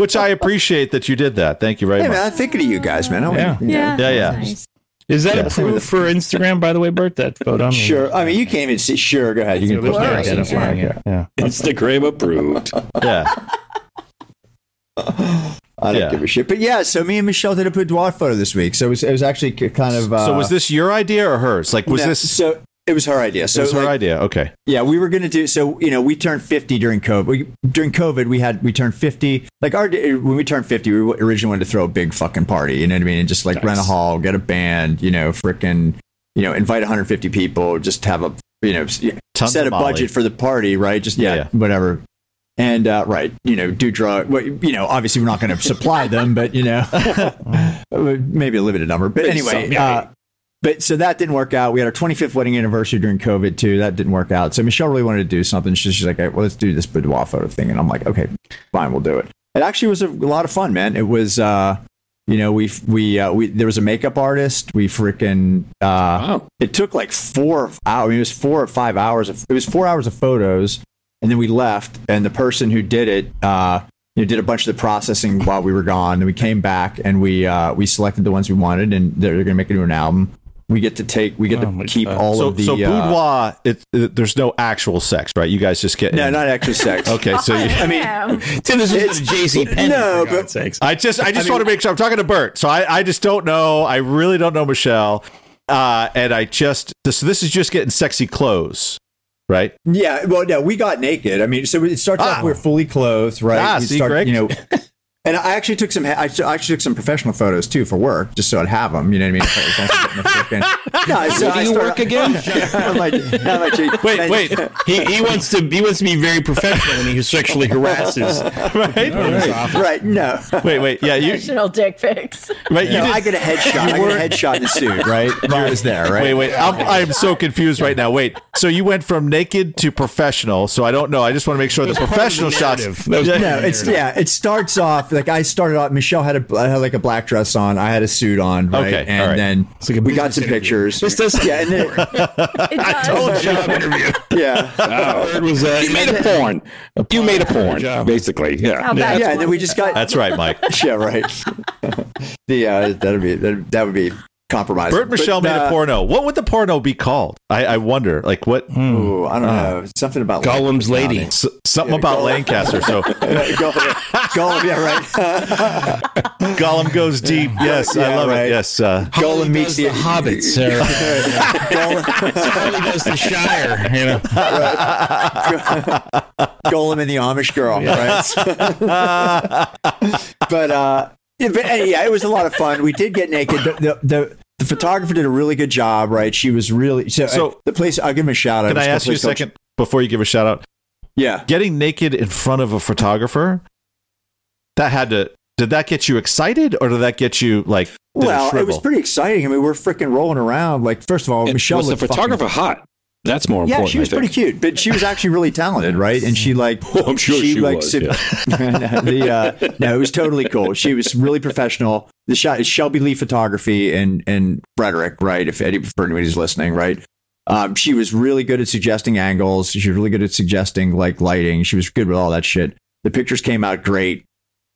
Which I appreciate that you did that. Thank you very Hey man, much. I'm thinking of you guys, man. I want- Yeah. you know. Yeah. Yeah, yeah. Nice. is that approved for Instagram? By the way, Bert, that photo. I mean- Sure. I mean, you can't even see. Sure, go ahead. You can We put that can't in identify front. it. Yeah. Instagram approved. Yeah. I don't Yeah. give a shit. But yeah, so me and Michelle did a boudoir photo this week. So it was, it was actually k- kind of. Uh, So was this your idea or hers? Like, was no, this? So it was her idea. It So was her like, idea. Okay. Yeah, we were gonna do so. You know, we turned fifty during COVID. We, during COVID, we had we turned fifty. Like our when we turned fifty, we originally wanted to throw a big fucking party. You know what I mean? And just like rent a hall, get a band. You know, frickin' you know, invite one hundred fifty people. Just have a you know s- Tons set of a Molly. budget for the party, right? Just yeah, Yeah, yeah. whatever. And uh, right, you know, do drug. Well, you know, obviously we're not going to supply them, but you know, maybe a limited number. But anyway, uh, but so that didn't work out. We had our 25th wedding anniversary during COVID too. That didn't work out. So Michelle really wanted to do something. She's, she's like, "Hey, well, let's do this boudoir photo thing. And I'm like, okay, fine, we'll do it. It actually was a lot of fun, man. It was, uh, you know, we we uh, we there was a makeup artist. We freaking uh, Wow. it took like four hours. I mean, it was four or five hours. Of, it was four hours of photos, and then we left. And the person who did it, uh, you know, did a bunch of the processing while we were gone. Then we came back and we uh, we selected the ones we wanted, and they're, they're going to make it into an album. We get to take. We get Oh my to keep God. all So, of the. so uh, boudoir. It, it- there's no actual sex, right? You guys just get. no, not extra sex. Okay. So you, I mean, Tim, this is Jay Z Penny. No, for but- God's sakes. I just, I just want to make sure I'm talking to Bert. So I, I just don't know. I really don't know Michelle. Uh, and I just, this, this is just getting sexy clothes, right? Yeah, well, no, we got naked. I mean, so it starts Ah. off we're fully clothed, right? Ah, We see, start, Greg? you know, And I actually took some. I actually took some professional photos too for work, just so I'd have them. You know what I mean? If I was also getting a freaking- no, so do I you started- work again? I'm like- I'm like, Wait, wait. He, he wants to he wants to be very professional when he sexually harasses. right? Right? No, Wait, wait. Yeah, you Professional dick pics. right. You no. did, I get a headshot. I get a headshot in the suit. Right? Mine was there. Right? Wait, wait. I'm, I'm so confused right now. Wait. So you went from naked to professional. So I don't know. I just want to make sure the professional shots. narrative. That was part of No, the it's narrative. yeah. It starts off like I started off. Michelle had a I had like a black dress on. I had a suit on. Right? Okay, and all right. then like a we got business some interview. pictures. This doesn't yeah, and then, It does. job interview. yeah, It was uh, You made a porn. You made a porn, job. basically. Yeah. How bad yeah. you And then want we it. just got That's right, Mike. yeah, right. the uh, that'd be that, that would be compromising. Bert Michelle But, made a uh, porno. What would the porno be called? I, I wonder. Like what? Ooh, Uh, I don't know. Something about Gollum's lady. S- something about go- Lancaster. So Gollum. Gollum, yeah, right. Gollum goes deep. Yes, I Yeah, love right. it. Yes. Uh, Gollum meets the, hobbits. Or Gollum does the Shire. You know, Golem and the Amish girl, right? but uh, yeah, but uh, yeah, it was a lot of fun. We did get naked. The, the, the, the photographer did a really good job, right? She was really so. So- uh, the place, I'll give him a shout out. can It was I ask you a place called- second before you give a shout out? Yeah. Getting naked in front of a photographer. That had to. Did that get you excited, or did that get you like? did Well, it was shrivel? pretty exciting. I mean, we're freaking rolling around. Like, first of all, And Michelle was the looked fucking- photographer hot? That's more Yeah, important. she was I pretty think. cute, but she was actually really talented, right? And she like, Oh, I'm sure she was, sub- the, uh, no, it was totally cool. She was really professional. The shot is Shelby Lee Photography and and Frederick, right? If any for anybody's listening, right? Um, she was really good at suggesting angles. She was really good at suggesting like lighting. She was good with all that shit. The pictures came out great.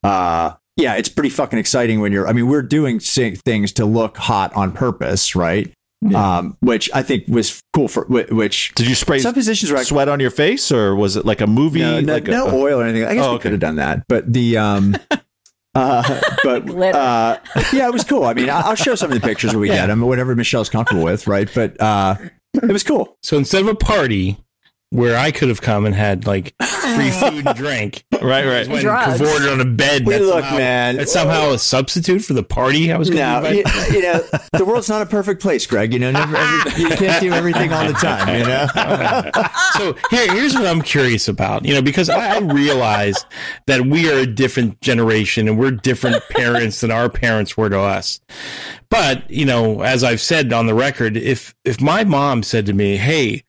Uh, yeah, it's pretty fucking exciting when you're. I mean, we're doing si- things to look hot on purpose, right? Um, which I think was cool for whi- which Did you spray some positions were sweat on your face, or was it like a movie? no, no, like a- no oil or anything. I guess Oh, we okay. could have done that, but the um, uh, but Glitter. uh, yeah, it was cool. I mean, I- I'll show some of the pictures when we get them, whatever Michelle's comfortable with, right? But uh, it was cool. so instead of a party where I could have come and had like free food and drink, right, I right. went and Drugs. cavorted on a bed. We That's look, somehow- man. That's somehow a substitute for the party I was going to No, invite. you, you know, the world's not a perfect place, Greg. You know, never, every, you can't do everything all the time. You know, so here, here's what I'm curious about, you know, because I, I realize that we are a different generation and we're different parents than our parents were to us. But you know, as I've said on the record, if if my mom said to me, "Hey,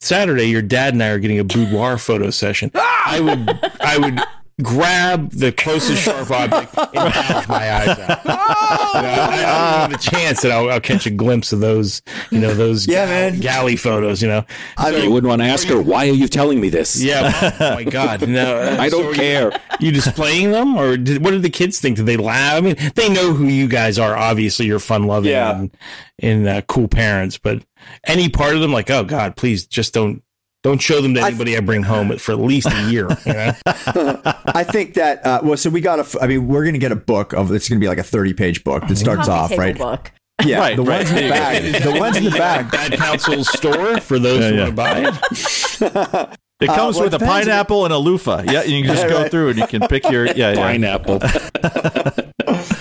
Saturday, your dad and I are getting a boudoir photo session," I would I would grab the closest sharp object and gouge my eyes out. You know, I, I don't have a chance that I'll, I'll catch a glimpse of those, you know, those Yeah, gal- man. galley photos, you know. I You wouldn't want to ask her, why are you telling me this? Yeah. Oh my God. No. I don't care. You displaying them, or did, what did the kids think? Did they laugh? I mean, they know who you guys are. Obviously, you're fun loving Yeah. and, and uh, cool parents. But any part of them, like, oh God, please just don't don't show them to anybody I, bring home for at least a year. you know? I think that uh, well, so we got a. f- I mean, we're gonna get a book of. It's gonna be like a thirty-page book that starts Coffee off table right. book. Yeah, Right, the right. ones in the back. The ones in the back. Bad Council store for those who yeah. want to buy it. It Uh, comes well, with it a depends. pineapple and a loofah. Yeah, you can just go through and you can pick your yeah. yeah. Pineapple.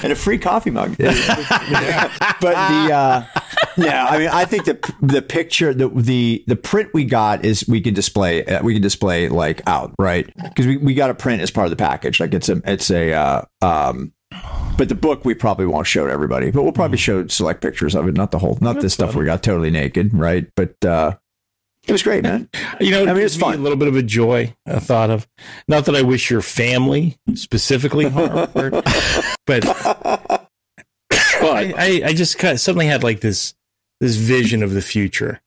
and a free coffee mug. but the uh, yeah, I mean, I think the the picture, the the the print we got is we can display uh, we can display like out right because we, we got a print as part of the package. Like it's a it's a uh, um, but the book we probably won't show to everybody, but we'll probably show select pictures of it, not the whole, not this stuff we got totally naked, right? But uh, it was great, man. You know, I mean, it it's gives me fun. A little bit of a joy, I thought of. Not that I wish your family specifically harm, Bert, but But I, I, I just kind of suddenly had like this this vision of the future.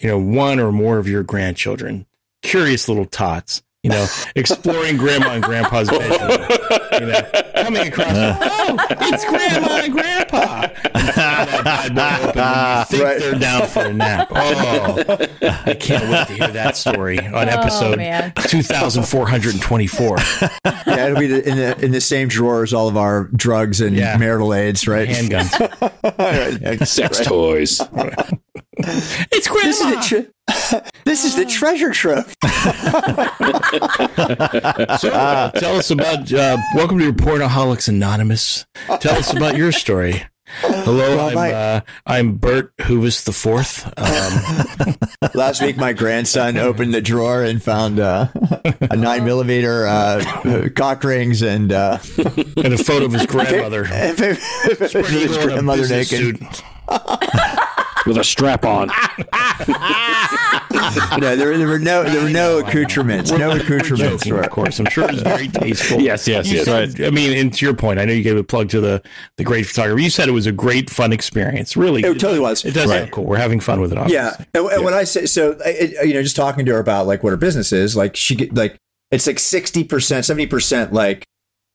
You know, one or more of your grandchildren, curious little tots. You know, exploring grandma and grandpa's bedroom. You know, coming across, oh, it's grandma and grandpa. And find that bad boy open when you think Right. they're down for a nap. Oh, I can't wait to hear that story on episode man. 2424. Yeah, it'll be the, in the in the same drawer as all of our drugs and Yeah. marital aids, right? Handguns. sex toys. It's grandma. This is the tre- this is the treasure trove. Tell us about. Uh, welcome to Pornoholics Anonymous. Tell us about your story. Hello, Well, I'm, my- uh, I'm Bert Hoovis the Fourth. Um, Last week, my grandson opened the drawer and found uh, a nine millimeter uh, cock rings and uh, and a photo of his grandmother. his grandmother Business naked. suit. with a strap on. No, there, there were no there were no accoutrements, no accoutrements. Joking, were. of course. I'm sure it was very tasteful. Yes, yes, You yes. said- I mean, and to your point, I know you gave a plug to the the great photographer. You said it was a great fun experience. Really, It totally was. It does sound cool. We're having fun with it. Obviously. Yeah, and, and when I say so, I- I- you know, just talking to her about like what her business is, like she get like it's like sixty percent, seventy percent like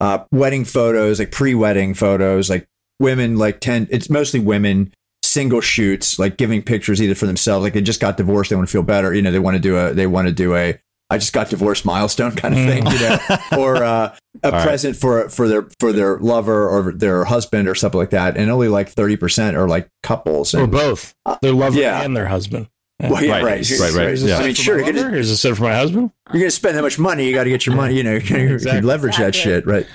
uh, wedding photos, like pre-wedding photos, like women like ten. It's mostly women single shoots, like giving pictures either for themselves, like they just got divorced, they want to feel better, you know, they want to do a they want to do a I just got divorced milestone kind of thing, you know, or uh, a right. present for for their for their lover or their husband or something like that, and only like thirty percent are like couples or and- both their lover Uh, yeah. and their husband. well, yeah, right, Right, right, right, Here's a yeah. set I mean, For sure, my you're lover? gonna, here's a set for my husband. you're gonna spend that much money. You got to get your money. You know, you can, you Exactly. can leverage that Exactly. shit, right?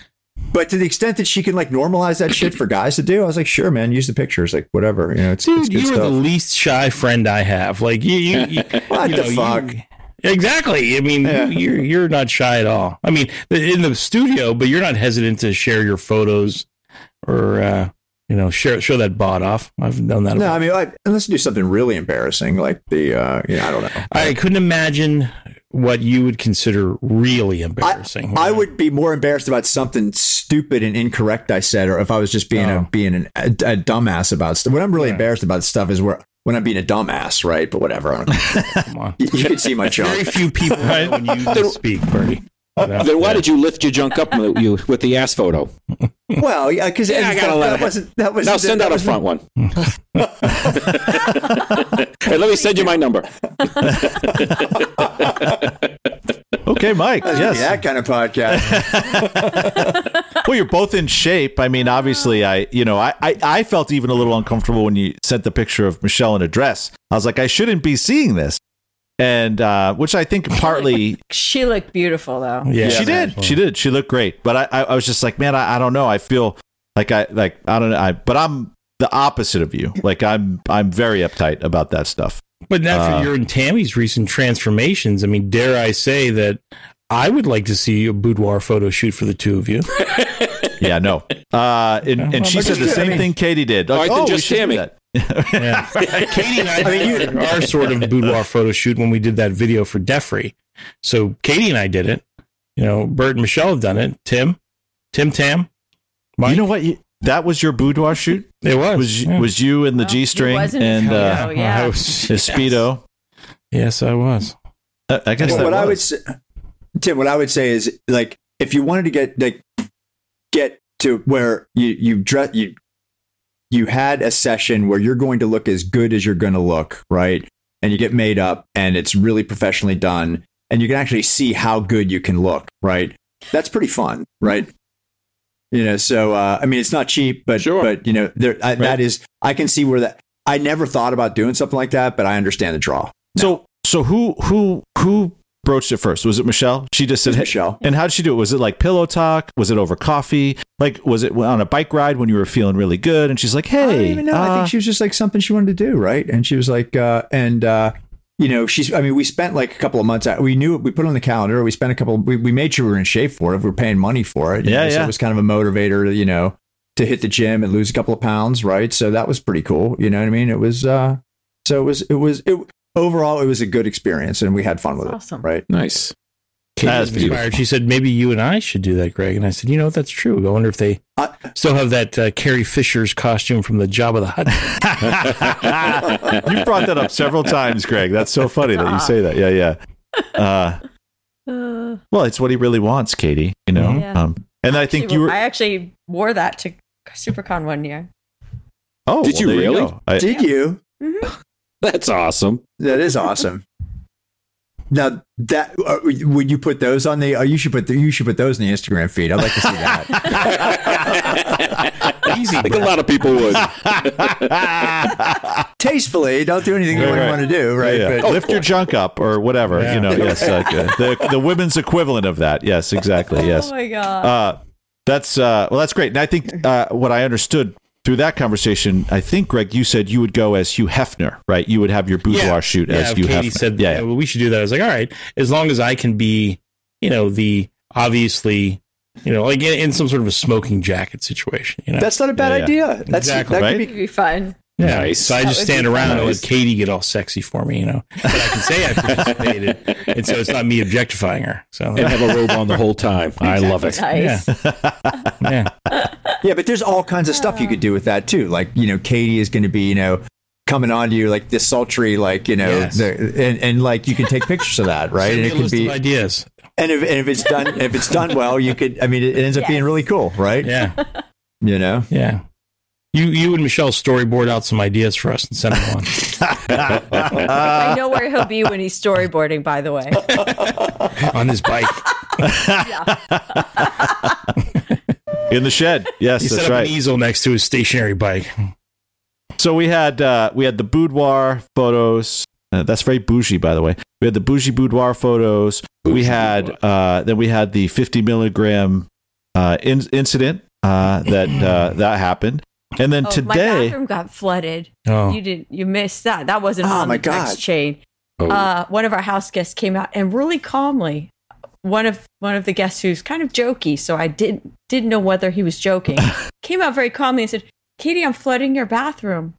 But to the extent that she can like normalize that shit for guys to do, I was like, sure, man, use the pictures, like whatever. You know, it's, it's Dude, good you are the stuff. least shy friend I have. Like you, you, you What you the know, you- fuck? exactly. I mean, Yeah. you, you're you're not shy at all. I mean, in the studio, but you're not hesitant to share your photos or uh, you know share show that bod off. I've done that. no, I mean, like, unless you do something really embarrassing, like the, uh, you know, I don't know. I couldn't imagine what you would consider really embarrassing. I would be more embarrassed about something stupid and incorrect I said, or if I was just being a Oh. being an, a, a dumbass about stuff. What I'm really embarrassed about stuff is where when I'm being a dumbass, right? But whatever, I don't, come on. you, you can see my chunk. Very few people know when you speak, Bernie. You know? Then why did you lift your junk up with, you, with the ass photo? Well, yeah, because Yeah, I gotta let that it- wasn't that was Now send that out a was- front one. hey, let me send you my number. Okay, Mike. Yeah, yes. that kind of podcast. Well, you're both in shape. I mean, obviously, I you know, I, I I felt even a little uncomfortable when you sent the picture of Michelle in a dress. I was like, I shouldn't be seeing this, and uh, which I think partly She looked beautiful though. Yeah, she did, she did, she looked great. But I I, I was just like, man, I, I don't know. I feel like I like I don't know. I but I'm the opposite of you. Like I'm I'm very uptight about that stuff. But after Uh, your and Tammy's recent transformations, I mean, dare I say that I would like to see a boudoir photo shoot for the two of you. Yeah, no. Uh, and, and she said the same thing Katie did. Like, All right, then oh, we just should do Tammy." that. Yeah. Katie and I, did our sort of boudoir photo shoot when we did that video for Defree. So Katie and I did it. You know, Bert and Michelle have done it. Tim, Tim Tam, Mike. You know what? You, that was your boudoir shoot. it was. Was yeah. was you in the Well, G string it wasn't and his uh, photo, yeah. I was- his speedo? yes, I was. Uh, I guess Well, that what I would was. say, Tim, what I would say is like if you wanted to get like get to where you you dress you you had a session where you're going to look as good as you're going to look, right? And you get made up, and it's really professionally done, and you can actually see how good you can look, right? That's pretty fun, right? You know, so uh, I mean, it's not cheap, but Sure. but you know, there I, that is I can see where that I never thought about doing something like that, but I understand the draw. So so who who who broached it first? Was it Michelle? She just said. Says "Hey," Michelle. And how did she do it? Was it like pillow talk? Was it over coffee? Like was it on a bike ride when you were feeling really good? And she's like, "Hey, I don't even know. I uh, think she was just like something she wanted to do, right? And she was like, uh, and uh, you know, she's. I mean, we spent like a couple of months. Out, we knew we put it on the calendar. We spent a couple. We, we made sure we were in shape for it. We were paying money for it. you Yeah, know, So yeah. it was kind of a motivator, you know, to hit the gym and lose a couple of pounds, right? So that was pretty cool. You know what I mean? It was. uh So it was. It was. It overall, it was a good experience, and we had fun with That's awesome. it, right? Nice. Katie That's was inspired. She said, maybe you and I should do that, Greg. And I said, you know, that's true. I wonder if they I- still have that uh, Carrie Fisher's costume from the Job of the Hut. uh, you brought that up several times, Greg. That's so funny that you say that. Yeah, yeah. Uh, Uh, well, it's what he really wants, Katie. You know. Mhm. Yeah. Um, and I think she- you were. I actually wore that to SuperCon one year. oh, Did well, you there really? go. I- Did you? That's awesome. That is awesome. Now that uh, when you put those on the, uh, you should put the, you should put those in the Instagram feed. I'd like to see that. Easy. I think a lot of people would. Tastefully, don't do anything you wouldn't right. want to do, right? Yeah, yeah. But Lift your junk up or whatever. You know, yes, like, uh, the the women's equivalent of that. Yes, exactly. Yes. Oh my god. Uh, that's uh, well, that's great. And I think uh, what I understood through that conversation, I think Greg, you said you would go as Hugh Hefner, right? You would have your boudoir shoot yeah, as if Hugh Katie Hefner. said, yeah, yeah, well, we should do that. I was like, all right, as long as I can be, you know, the obviously, you know, like in, in some sort of a smoking jacket situation, you know. that's not a bad Yeah, yeah. idea. That's Exactly, that could right? be It'd be fun. yeah. Nice. So I just That would stand be around and nice. let Katie get all sexy for me, you know. But I can say I participated, and so it's not me objectifying her. So and have a robe on the whole time. I love it. yeah, Nice. yeah. Yeah, but there's all kinds of stuff you could do with that too. Like, you know, Katie is going to be, you know, coming on to you like this sultry, like, you know, Yes. the, and, and like you can take pictures of that, right? And it Give me a can list be, of ideas. and if, and if it's done, if it's done well, you could, I mean, it ends up being Yes. really cool, right? Yeah. You know? Yeah. You you and Michelle storyboard out some ideas for us and send them on. I know where he'll be when he's storyboarding, by the way. on his bike. in the shed. Yes, He set that's up right. an easel next to his stationary bike. So we had uh, we had the boudoir photos. Uh, that's very bougie, by the way. We had the bougie boudoir photos. we Bougie had uh, then we had the 50 milligram uh, in- incident uh, that uh, that happened, and then Oh, my today, bathroom got flooded. Oh. You didn't. You missed that. That wasn't Oh, on my the text God. chain. Oh, Uh, one of our house guests came out and really calmly. One of one of the guests who's kind of jokey, so I didn't didn't know whether he was joking. came out very calmly and said, "Katie, I'm flooding your bathroom,"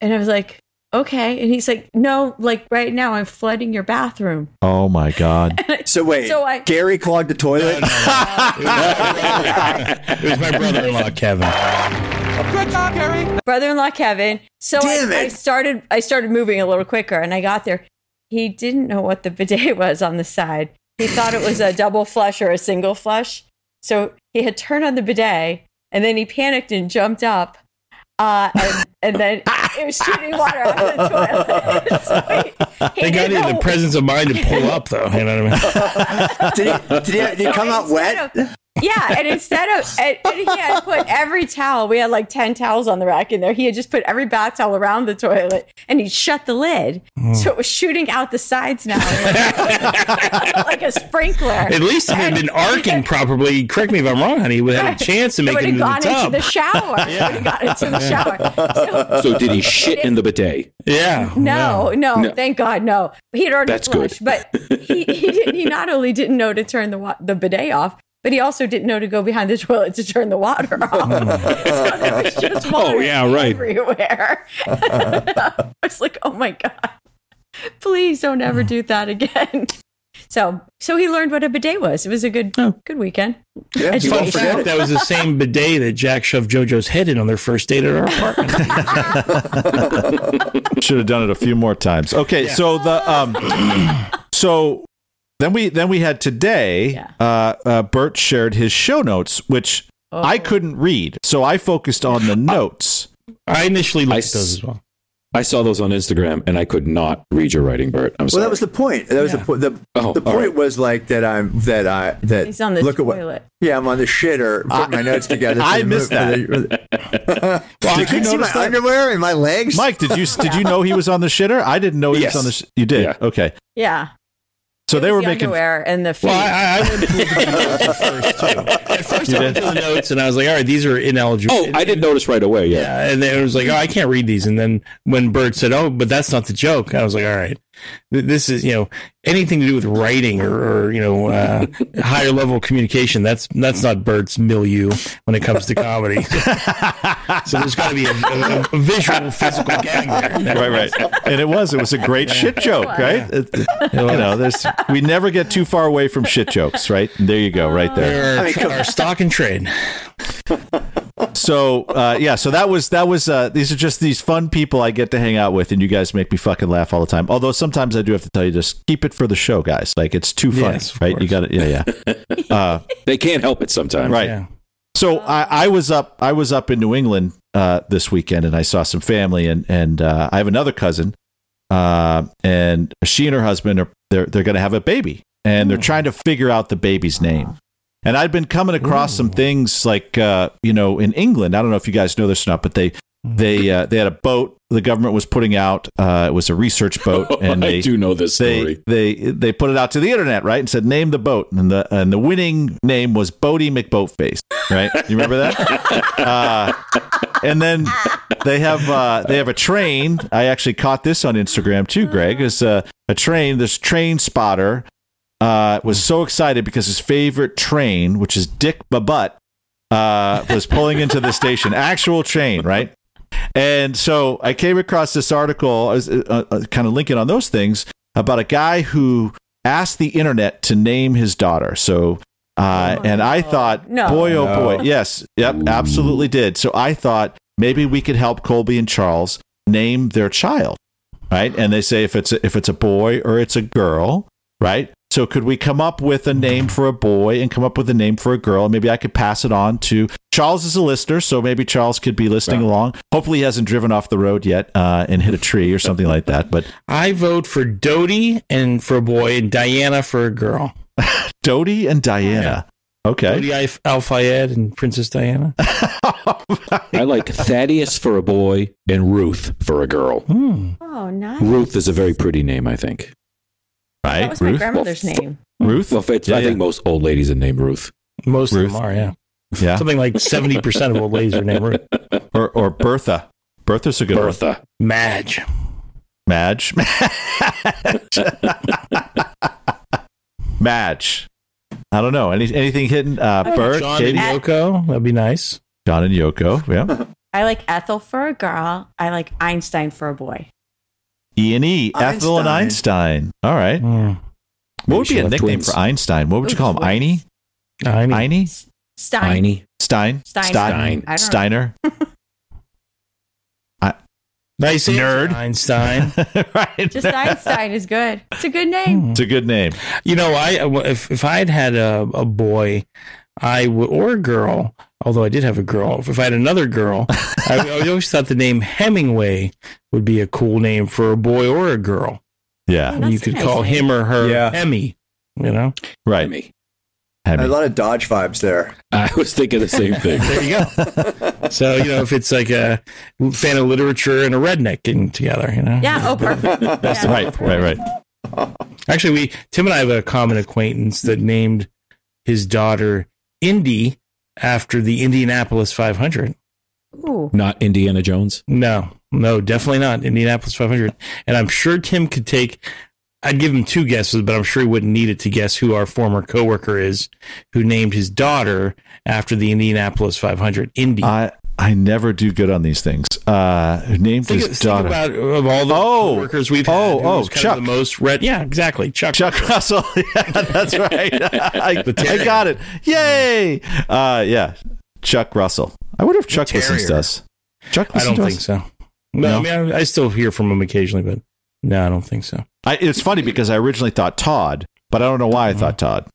and I was like, "Okay." And he's like, "No, like right now, I'm flooding your bathroom." oh my god, So wait, So I- Gary clogged the toilet. it was my brother-in-law Kevin. brother-in-law Kevin. So Damn I, it. I started I started moving a little quicker and I got there. He didn't know what the bidet was on the side. He thought it was a double flush or a single flush. So he had turned on the bidet and then he panicked and jumped up. Uh, and, and then it was shooting water out of the toilet. So he- he They got didn't in the know- presence of mind to pull up though. You know what I mean? did it, did it, did it come out wet? Instead of- yeah, and instead of and, and he had put every towel, we had like ten towels on the rack in there. He had just put every bath towel around the toilet, and he shut the lid, Mm. so it was shooting out the sides now, like a sprinkler. At least if it had been arcing properly. Correct me if I'm wrong, honey. He would have had a chance to It make would it have into the gone into tub. the shower. It would have gone into the shower. So, so did he shit in the bidet? yeah. no, no, No. thank God, no. He had already That's flushed, but he he, didn't, he not only didn't know to turn the wa- the bidet off, but he also didn't know to go behind the toilet to turn the water off. so there was just water Oh, yeah, right. everywhere. I was like, oh my god, please don't ever do that again. So so he learned what a bidet was. It was a good Oh. good weekend. Yeah, you Fun won't forget fact, it. that was the same bidet that Jack shoved JoJo's head in on their first date at our apartment. should have done it a few more times. Okay, so the um, so then we then we had today. Yeah. Uh, uh, Bert shared his show notes, which Oh. I couldn't read, so I focused on the notes. I initially I looked at s- those as well. I saw those on Instagram and I could not read your writing, Bert. I'm Well, sorry. that was the point. That was the point. The, Oh, the all point was like that. I'm that I that He's on the look toilet. at what. Yeah, I'm on the shitter. Put my notes together. I for the missed mo- for the- Did I you can see my notice that? underwear and my legs. Mike, did you did you know he was on the shitter? I didn't know he Yes. was on the. Sh- you did. Yeah. Okay. Yeah. So they It was were the making. underwear and the feet. Well, I, I, I went through the first too. At first, I went through the notes and I was like, "All right, these are ineligible." oh, I did notice right away. Yeah. Yeah, and then it was like, "Oh, I can't read these." And then when Bert said, "Oh, but that's not the joke," I was like, "All right, th- this is you know anything to do with writing or, or you know uh, higher level communication. That's that's not Bert's milieu when it comes to comedy. so there's got to be a, a, a visual, physical gag there. Right, right, and it was. It was a great shit joke, right? It- you know, there's we never get too far away from shit jokes, right? There you go, right there. Our, our stock and trade. So uh, yeah, so that was that was uh, these are just these fun people I get to hang out with, and you guys make me fucking laugh all the time. Although sometimes I do have to tell you, just keep it for the show, guys. Like it's too funny, Yes, of right? You course. got it, yeah, yeah, uh, They can't help it sometimes. right. Yeah. So I, I was up I was up in New England uh, this weekend and I saw some family and and uh, I have another cousin uh, and she and her husband are they're they're going to have a baby, and they're trying to figure out the baby's name. And I'd been coming across some things like uh, you know in England. I don't know if you guys know this or not, but they they uh, they had a boat the government was putting out. Uh, it was a research boat, and I they do know this story. they they they put it out to the internet, right, and said name the boat, and the and the winning name was Bodie McBoatface, right? You remember that? uh, and then they have uh, they have a train. I actually caught this on Instagram too, Greg. Is uh, a train. This train spotter uh, was so excited because his favorite train, which is Dick Babut, uh, was pulling into the station. Actual train, right? And so I came across this article, I was, uh, uh, kind of linking on those things about a guy who asked the internet to name his daughter. So, uh, Oh, and I no. thought, No. boy, oh No. boy, yes, yep, absolutely did. So I thought maybe we could help Colby and Charles name their child, right? And they say if it's a, if it's a boy or it's a girl, right? So could we come up with a name for a boy and come up with a name for a girl? Maybe I could pass it on to Charles is a listener, so maybe Charles could be listening along. Hopefully, he hasn't driven off the road yet uh, and hit a tree or something like that. But I vote for Dodie and for a boy, and Diana for a girl. Dodie and Diana, okay, Dodie Al- Al-Fayed and Princess Diana. I like Thaddeus for a boy and Ruth for a girl. Hmm. Oh, nice. Ruth is a very pretty name, I think. That right? was my Ruth, grandmother's Well, name. Ruth, Well, it's, Yeah, I yeah. think most old ladies are named Ruth. Most Ruth. of them are, yeah. yeah, Something like 70% of old ladies are named Ruth. or or Bertha. Bertha's a good one. Bertha. Madge. Madge. Madge. Madge. I don't know. Any, anything hidden? Uh, Bert, John Katie, and Yoko. That'd be nice. John and Yoko. Yeah. I like Ethel for a girl. I like Einstein for a boy. E and E, Ethel and Einstein. All right. Hmm. What would she'll be a have nickname twins. for Einstein? What would you call him? Einie? I need- Einie? Stein. Tiny. Stein? Stein. Stein. I don't know. Steiner? nice Nerd. Einstein. right. Just Einstein is good. It's a good name. It's a good name. You know, I uh, if if I had had a, a boy, I would or a girl. Although I did have a girl, if I had another girl, I, I always thought the name Hemingway would be a cool name for a boy or a girl. Yeah. That's you a could nice call name. him or her Yeah. Hemmy. You know, Right. Me. A Hemi. lot of Dodge vibes there. I was thinking the same thing. there you go. so you know, if it's like a fan of literature and a redneck getting together, you know, Yeah. Oh, perfect. That's Yeah. right. Right. Right. Actually, we Tim and I have a common acquaintance that named his daughter Indy after the Indianapolis 500. Ooh. Not Indiana Jones. No, no, definitely not Indianapolis 500. And I'm sure Tim could take. I'd give him two guesses, but I'm sure he wouldn't need it to guess who our former coworker is, who named his daughter after the Indianapolis 500. Indy. I I never do good on these things. Uh, who named think, his think daughter. about of all the Oh. coworkers we've Oh, had. who oh, was kind Chuck. Of the most red. Yeah, exactly. Chuck. Chuck Russell. yeah, that's right. I, I got it. Yay. Uh, yeah. Chuck Russell. I wonder if Chuck listens to terrier. us. Chuck I listens don't to us? think so. No, I mean I, I still hear from him occasionally, but no, I don't think so. I, it's funny because I originally thought Todd, but I don't know why I thought Todd.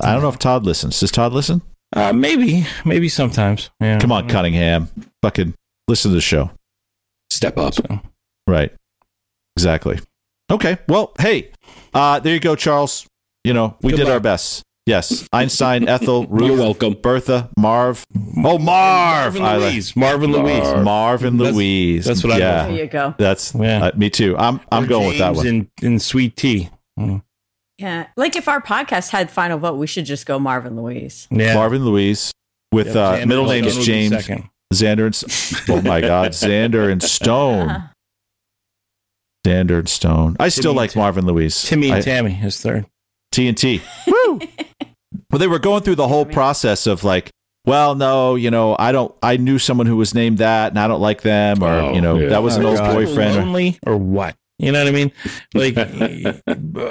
I don't know if Todd listens. Does Todd listen? Uh, maybe, maybe sometimes. Yeah. Come on, Cunningham. Fucking listen to the show. Step up. So, Right. Exactly. Okay. Well, hey, uh, there you go, Charles. You know, we Good did luck. our best. Yes. Einstein, Ethel, Ruth, You're welcome. Bertha, Marv. Oh, Marv. Marvin I like- Louise. Marvin Louise. Marv. Marv and That's- Louise. that's what I yeah. There you go. That's Yeah. uh, me too. I'm I'm Or going with that James one. In, in sweet tea. Mm. Yeah. Like if our podcast had final vote, we should just go Marvin Louise. Yeah. Marvin Louise with Yep. uh, Xander middle name Stone is would be James second. Xander and S- oh my God, Xander and Stone. Ah. Xander and Stone. I still and like Tim. Marvin Louise. Timmy and I- Tammy is third. TNT. Woo! well, they were going through the whole process of like, well, no, you know, I don't. I knew someone who was named that, and I don't like them, or Oh, you know, yeah. that was an Oh, old God. boyfriend. or- Lonely or what? You know what I mean? Like,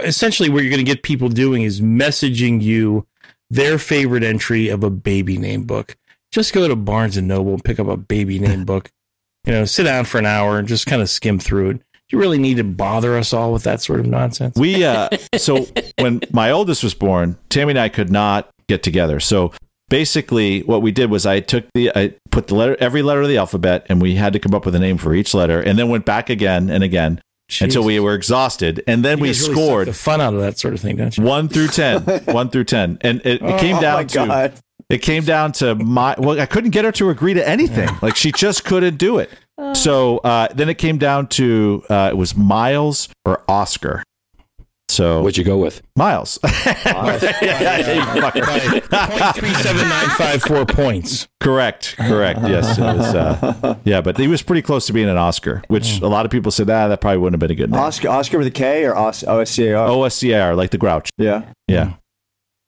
essentially, what you're going to get people doing is messaging you their favorite entry of a baby name book. Just go to Barnes and Noble and pick up a baby name book. You know, sit down for an hour and just kind of skim through it. Do you really need to bother us all with that sort of nonsense? We uh so when my oldest was born, Tammy and I could not get together. So basically what we did was I took the I put the letter every letter of the alphabet and we had to come up with a name for each letter and then went back again and again until we were exhausted, and then You we guys really suck scored the fun out of that sort of thing, don't you? one through ten, one through ten, and it, it came oh down my to god. it came down to my well i couldn't get her to agree to anything like she just couldn't do it so uh, then it came down to uh, it was miles or oscar so What'd you go with? miles Point three seven nine five four points. correct correct yes it was, uh, yeah but he was pretty close to being an oscar which a lot of people said ah, that probably wouldn't have been a good name Oscar Oscar with a K or Os- OSCAR? Oh. oscar like the grouch Yeah. yeah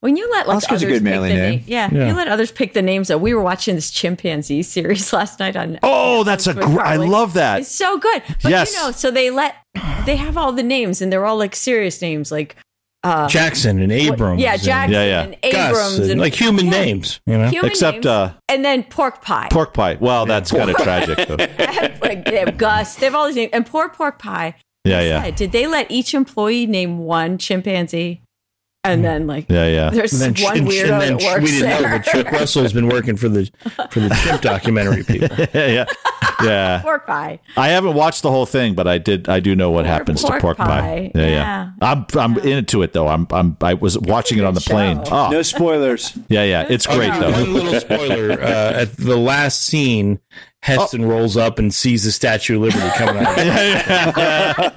When you let like Oscar's a others good pick manly the name. name- yeah, Yeah. you let others pick the names. Though we were watching this chimpanzee series last night on. oh that's a gr- i love that It's so good, but Yes. you know, so they let they have all the names, and they're all like serious names, like uh, Jackson and Abrams. yeah, and Jackson, Yeah, yeah. and Gus Abrams, and, and like human yeah, names, you know. human Except, names, uh, and then pork pie. pork pie well that's kind of tragic though. like they have Gus, they have all these names, and poor pork pie. yeah yeah Did they let each employee name one chimpanzee, and then like yeah yeah there's And then, one and- weirdo and then that works we didn't know, there. but Chuck Russell's been working for the for the chimp documentary people. yeah yeah yeah pork pie. I haven't watched the whole thing, but I did. I do know what happens to pork pork pie. pie. Yeah, yeah, Yeah. I'm I'm into it though. I'm I'm I was watching it on the good plane. show. Oh, No spoilers. yeah, yeah. It's great though. One little spoiler: uh, at the last scene, Heston rolls up and sees the Statue of Liberty coming out. Of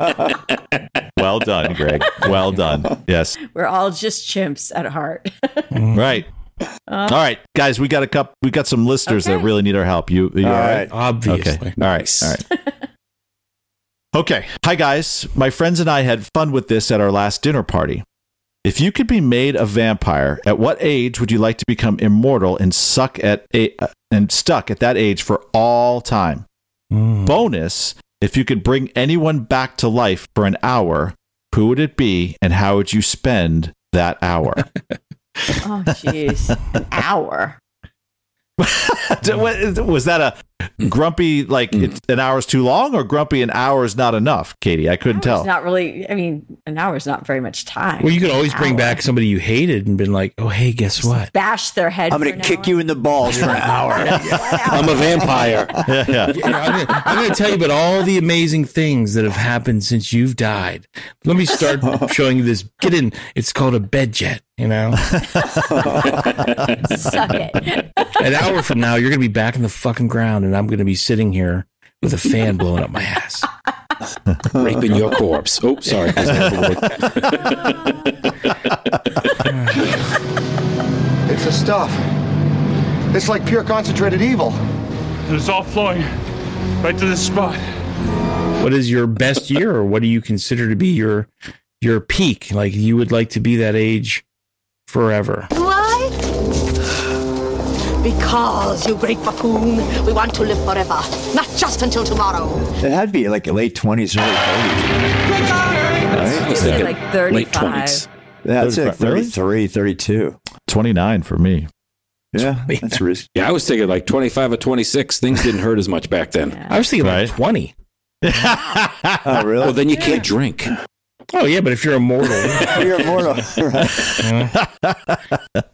well done, Greg. Well done. Yes. We're all just chimps at heart. Right. All right, guys. We got a cup. We got some listeners that Uh. Okay. really need our help. You. you all right? Obviously, Okay. All right. All right. Okay. Hi, guys. My friends and I had fun with this at our last dinner party. If you could be made a vampire, at what age would you like to become immortal and suck at a, uh, and stuck at that age for all time? Hmm. Bonus: If you could bring anyone back to life for an hour, who would it be, and how would you spend that hour? Oh, jeez. An hour. What- was that a grumpy like Hmm. it's, an hour's too long, or grumpy an hour is not enough? Katie, I couldn't tell. It's not really, I mean, an hour's not very much time. Well, you could always bring Hour. back somebody you hated and been like, "Oh, hey, guess what? Bash their head. I'm going to kick you in the balls for an hour. I'm a vampire. yeah, yeah. You know, I'm gonna- I'm going to tell you about all the amazing things that have happened since you've died. Let me start showing you this. Get in. It's called a bed jet. You know, Suck it. an hour from now, you're going to be back in the fucking ground, and I'm going to be sitting here with a fan blowing up my ass. Raping your corpse. Oh, sorry. It's a stuff. It's like pure concentrated evil. and it's all flowing right to this spot. What is your best year, or what do you consider to be your your peak? Like you would like to be that age forever. Why? Because, you great buffoon, we want to live forever, not just until tomorrow. It had to be like late 20s, early 30s. You say like 35. Yeah, I'd say like 35, really? 33, 32. 29 for me. Yeah, that's risky. Yeah, I was thinking like 25 or 26. Things didn't hurt as much back then. I was thinking Right. like twenty. Oh, Well, really? then you can't drink. Oh yeah, but if you're immortal, You're immortal. right?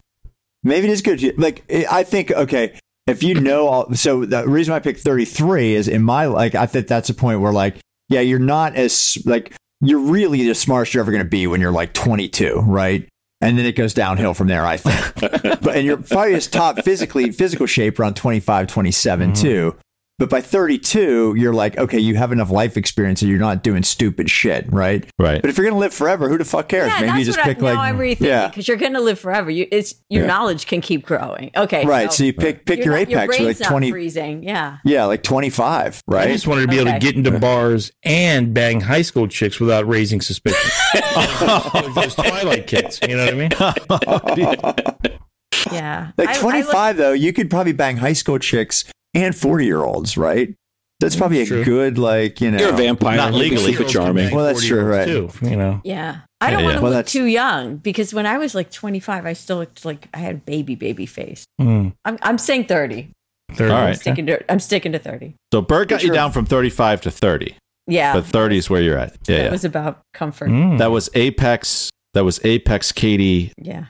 Maybe it is good. to- Like, I I think, okay, if you know all, so the reason why I picked 33 is in my, like, I think that's a point where, like, yeah, you're not as, like, you're really the smartest you're ever going to be when you're like 22, right? And then it goes downhill from there, I think. but, and you're probably as top physically, physical shape around 25, 27, too. But by 32, you're like, okay, you have enough life experience and you're not doing stupid shit, right? Right. But if you're going to live forever, who the fuck cares? Yeah, Maybe that's you just what pick, I, like, now I'm rethinking yeah. because you're going to live forever. You, it's your knowledge can keep growing. Okay, Right. So, you pick pick you're your apex not- Your you're like brain's not twenty. freezing. Yeah. Yeah, like twenty five. I Right. just wanted to be able Okay. to get into bars and bang high school chicks without raising suspicion. like those Twilight kids, you know what I mean? Yeah. I- I Like look- twenty five though, you could probably bang high school chicks and forty year olds. Right. That's probably a true. good like you know. You're a vampire. Not You're legally. Super charming. Well, that's true, 40-year-olds too, you know, Yeah. I don't Yeah, want yeah. to Well, look that's- too young because when I was like 25, I still looked like I had baby, baby face. Mm, I'm, I'm saying 30. they're- All I'm right. sticking to, I'm sticking to 30. So Bert got you Sure. down from 35 to 30, Yeah. but 30 is where you're at. Yeah, That yeah. was about comfort. Hmm. Mm. that was Apex. That was Apex Katie Yeah.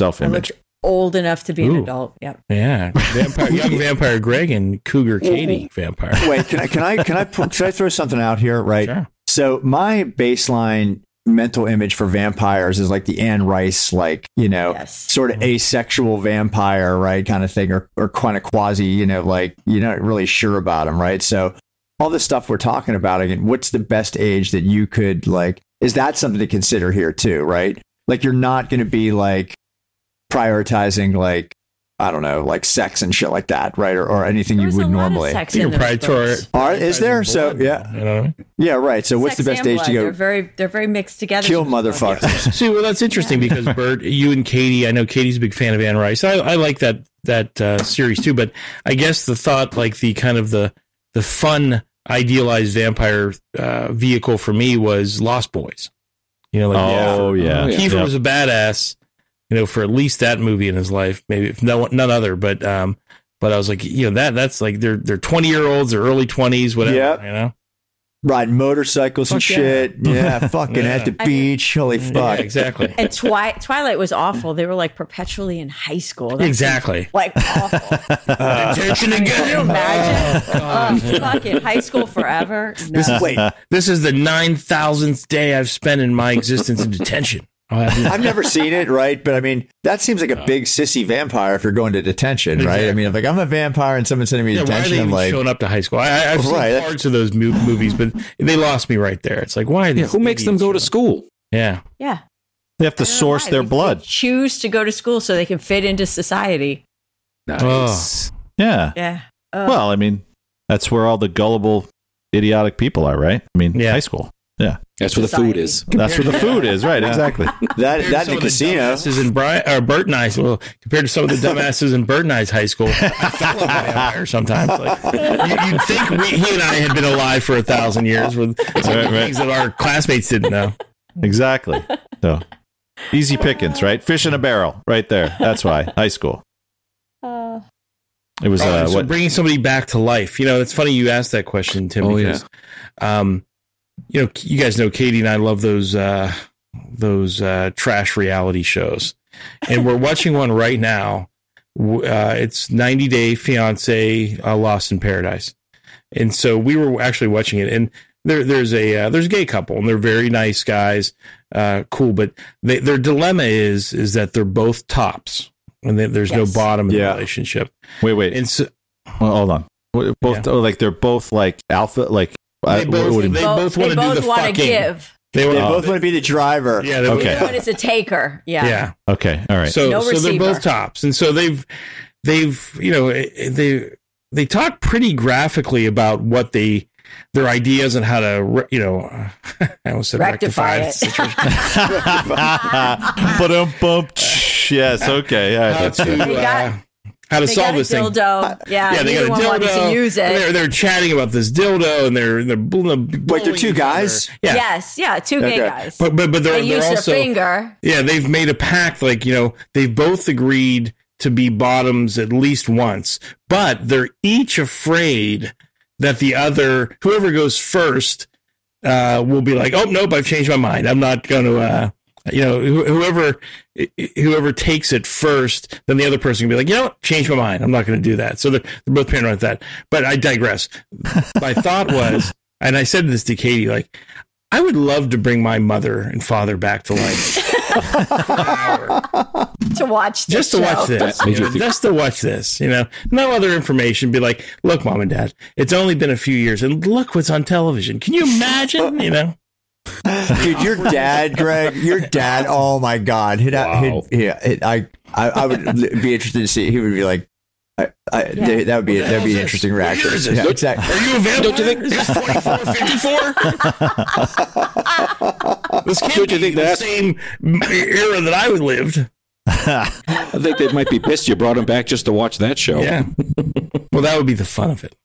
self I image. looked old enough to be an Ooh. adult. Yep. yeah, vampire, young vampire Greg and cougar Katie vampire. Wait, can I can I can I pu- should I throw something out here? Right. Sure. So my baseline mental image for vampires is like the Anne Rice, like, you know, Yes. sort of asexual vampire, right? Kind of thing, or, or kind of quasi, you know, like you're not really sure about them, right? So all this stuff we're talking about, again, what's the best age that you could like, is that something to consider here too, right? Like you're not going to be like prioritizing like, I don't know, like sex and shit like that, right? Or, or anything There was you would a lot of normally. sex You in can those probably tour books. it. Are, is there? So yeah, You know? yeah, right. So what's the Sex best and age to blood. They're go? very, they're very mixed together. Kill sometimes. motherfuckers. See, well, that's interesting because Bert, you and Katie, I know Katie's a big fan of Anne Rice. I, I like that that uh, series too, but I guess the thought, like the kind of the the fun idealized vampire uh, vehicle for me was Lost Boys. You know, like Oh, yeah. Kiefer, Kiefer Yeah. was a badass. You know, for at least that movie in his life, maybe if no none other, but um, but I was like, you know, that that's like they're they're twenty year olds or early twenties, whatever. Yep. You know, Riding motorcycles and Fuck yeah. shit. Yeah, fucking at the I- beach. Holy fuck. Yeah, exactly, And Twi- Twilight was awful. They were like perpetually in high school. That's exactly. Like awful. Attention Can you imagine? Oh, fucking high school forever. No. Wait, This is the 9,000th day I've spent in my existence in detention. I'll have you- I've never seen it, right? But I mean, that seems like a big sissy vampire if you're going to detention, right? I mean, if like I'm a vampire and someone sending me to Yeah, why are they detention, even I'm like, showing up to high school? I, I- I've Right, seen that's- parts of those mo- movies, but they lost me right there. It's like, why? Are these Who makes them idiots go to showing up? school? Yeah, Yeah. They have to source Why? their They blood. Choose to go to school so they can fit into society. Nice. Yeah. Yeah. Oh. Well, I mean, that's where all the gullible, idiotic people are, right? I mean, Yeah. high school. That's where the Society. food is. That's where the food is, right? Exactly. that, Compared to that some in the of casino. dumbasses in Bri- or Burton I's. Well, compared to some of the dumbasses in Burton I's high school, I fell in my vampire sometimes. Like, you, would think we, he and I had been alive for a thousand years with some of the right. things that our classmates didn't know. exactly. So easy Uh, pickings, right? Fish in a barrel, right there. That's why high school. Uh, It was Oh, uh, so what? bringing somebody back to life. You know, it's funny you asked that question, Tim. Oh, because, Um, you know, you guys know Katie and I love those uh, those uh, trash reality shows, and we're watching one right now. W- Uh, it's 90 Day Fiance uh, Lost in Paradise, and so we were actually watching it, and there there's a uh, there's a gay couple, and they're very nice guys, uh, cool, but they, their dilemma is is that they're both tops, and they, there's Yes. no bottom in Yeah. the relationship, Wait, wait. and so Well, hold on. Wait, Both oh, like they're both like alpha. Like I- They both- what do you- they- both wanna do the wanna fucking- give. They were They both want to be the driver. yeah, they Okay. But it's a taker. Yeah. yeah. okay, all right. So No so they're receiver. both tops, and so they've they've you know eh, eh, they they talk pretty graphically about what they their ideas and how to re- you know I almost said Rectify rectify, it. the situation. but um, bump. Yes. Okay. All right. how That's it. to They got- uh, how to They solve got a this thing. Uh, dildo. Yeah. Yeah, they neither got a one wanted dildo. to use it. They're they're chatting about this dildo, and they're they're bl- Wait, they're two guys? Yeah, Yes. Yeah. Two gay Okay. guys. but but but they're, they they're use also their finger. Yeah, they've made a pact. Like, you know, they've both agreed to be bottoms at least once, but they're each afraid that the other, whoever goes first, uh, will be like, oh, nope, I've changed my mind. I'm not going to, uh, you know, wh- whoever whoever takes it first, then the other person can be like, you know, what? change my mind. I'm not going to do that. So they're, they're both paranoid at that. But I digress. my thought was, and I said this to Katie, like, I would love to bring my mother and father back to life to watch this just to show. watch this. That you know, made you just to watch this. You know, no other information. Be like, look, mom and dad, it's only been a few years, and look what's on television. Can you imagine? You know, Dude, your dad, Greg, your dad. Oh my God, he'd, Wow. he'd, yeah, he'd- I, I, I would be interested to see. He would be like, I, I, Yeah. that would be that would be an interesting reaction. is this? Yeah, exactly. are you available? Don't you think this twenty four fifty four? This can't Don't you be think the that's- same era that I lived. I think they might be pissed you brought them back just to watch that Oh. show. Yeah. Well, that would be the fun of it.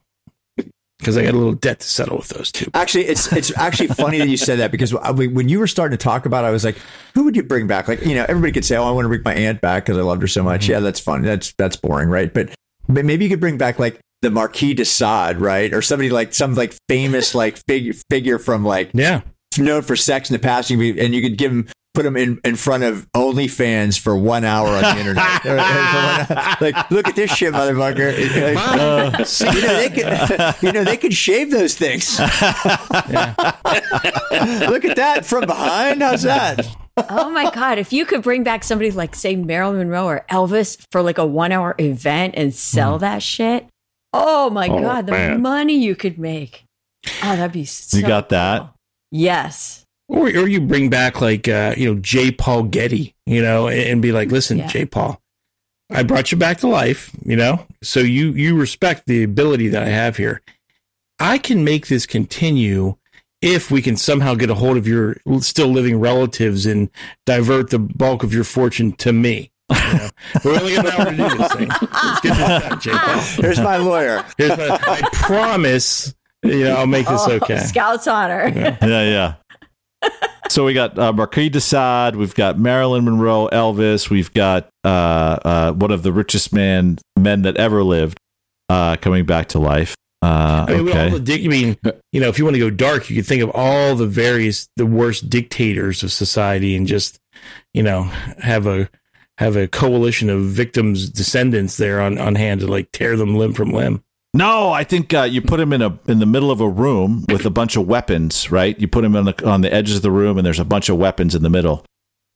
Because I got a little debt to settle with those two. Actually, it's it's actually funny that you said that because I- when when you were starting to talk about, it, I was like, who would you bring back? Like, you know, everybody could say, oh, I want to bring my aunt back because I loved her so Mm-hmm. much. Yeah, that's fun. That's that's boring, right? But but maybe you could bring back like the Marquis de Sade, right, or somebody like some like famous like fig- figure from like Yeah. known for sex in the past, and you could give him put them in, in front of OnlyFans for one hour on the internet. like, look at this shit, motherfucker. you, know, they could, you know, they could shave those things. look at that from behind. How's that? Oh my God. If you could bring back somebody like, say, Marilyn Monroe or Elvis for like a one hour event and sell that shit. Oh my Oh, God. The man. money you could make. Oh, that'd be so You got that? cool. Yes. Or, or you bring back like uh, you know J. Paul Getty, you know, and, and be like, listen, Yeah. J. Paul, I brought you back to life, you know, so you you respect the ability that I have here. I can make this continue if we can somehow get a hold of your still living relatives and divert the bulk of your fortune to me. You know? We're only got an hour to do this thing. Let's get this done, J. Paul. Here's my lawyer. Here's my, I promise, you know, I'll make this Oh, okay. Scout's honor. yeah, yeah. So we got uh, Marquis de Sade, we've got Marilyn Monroe, Elvis, we've got uh, uh, one of the richest man men that ever lived uh, coming back to life. Uh, I mean, with all the okay, dic- I mean, you know, if you want to go dark, you could think of all the various, the worst dictators of society, and just, you know, have a have a coalition of victims' descendants there on on hand to like tear them limb from limb. no, I think uh, you put him in a in the middle of a room with a bunch of weapons, right? You put him on the on the edges of the room, and there's a bunch of weapons in the middle,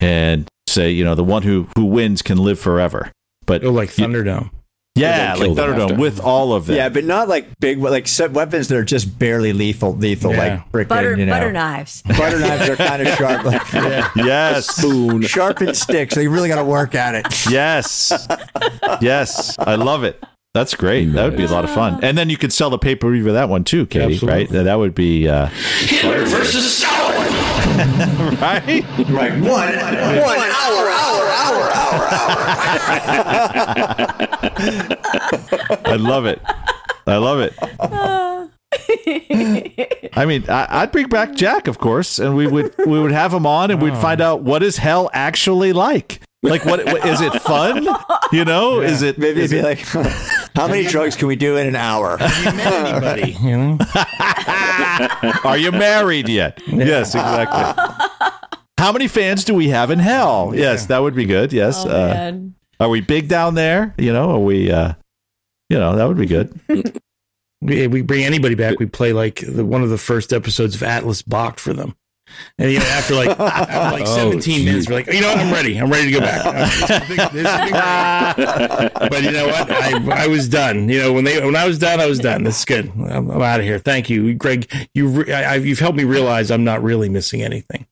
and say, you know, the one who who wins can live forever. But Oh, like Thunderdome. yeah, They like don't kill them Thunderdome after. with all of them. Yeah, but not like big, like set weapons that are just barely lethal, lethal, Yeah. like freaking, Butter, you know. butter knives. Butter knives are kind of sharp, like yes. sharpened sticks. So you really got to work at it. Yes. yes. I love it. That's great. That would be a lot of fun. And then you could sell the pay per view for that one too, Katie, right? That- That would be uh versus Right? Right. One, one hour, hour, hour, hour, hour. I love it. I love it. I mean, I, I'd bring back Jack, of course, and we would we would have him on, and we'd find out what is hell actually like. Like, what, what is it fun? You know, is it Maybe is it'd be it- like, how many drugs can we do in an hour? Anybody, you know? Are you married yet? Yes, exactly. How many fans do we have in hell? Yes, that would be good. Yes. Oh, uh, man. are we big down there? You know, are we, uh, you know, that would be good. We, we bring anybody back. We play like the, one of the first episodes of Atlas Bach for them. And you know, after like after like Oh, 17 minutes, geez. we're like, you know what, I'm ready. I'm ready to go back. Uh, this is a big- this is a big break. but you know what? I, I was done. You know when they when I was done, I was done. That's good. I'm, I'm out of here. Thank you, Greg. You re- I, I- you've helped me realize I'm not really missing anything.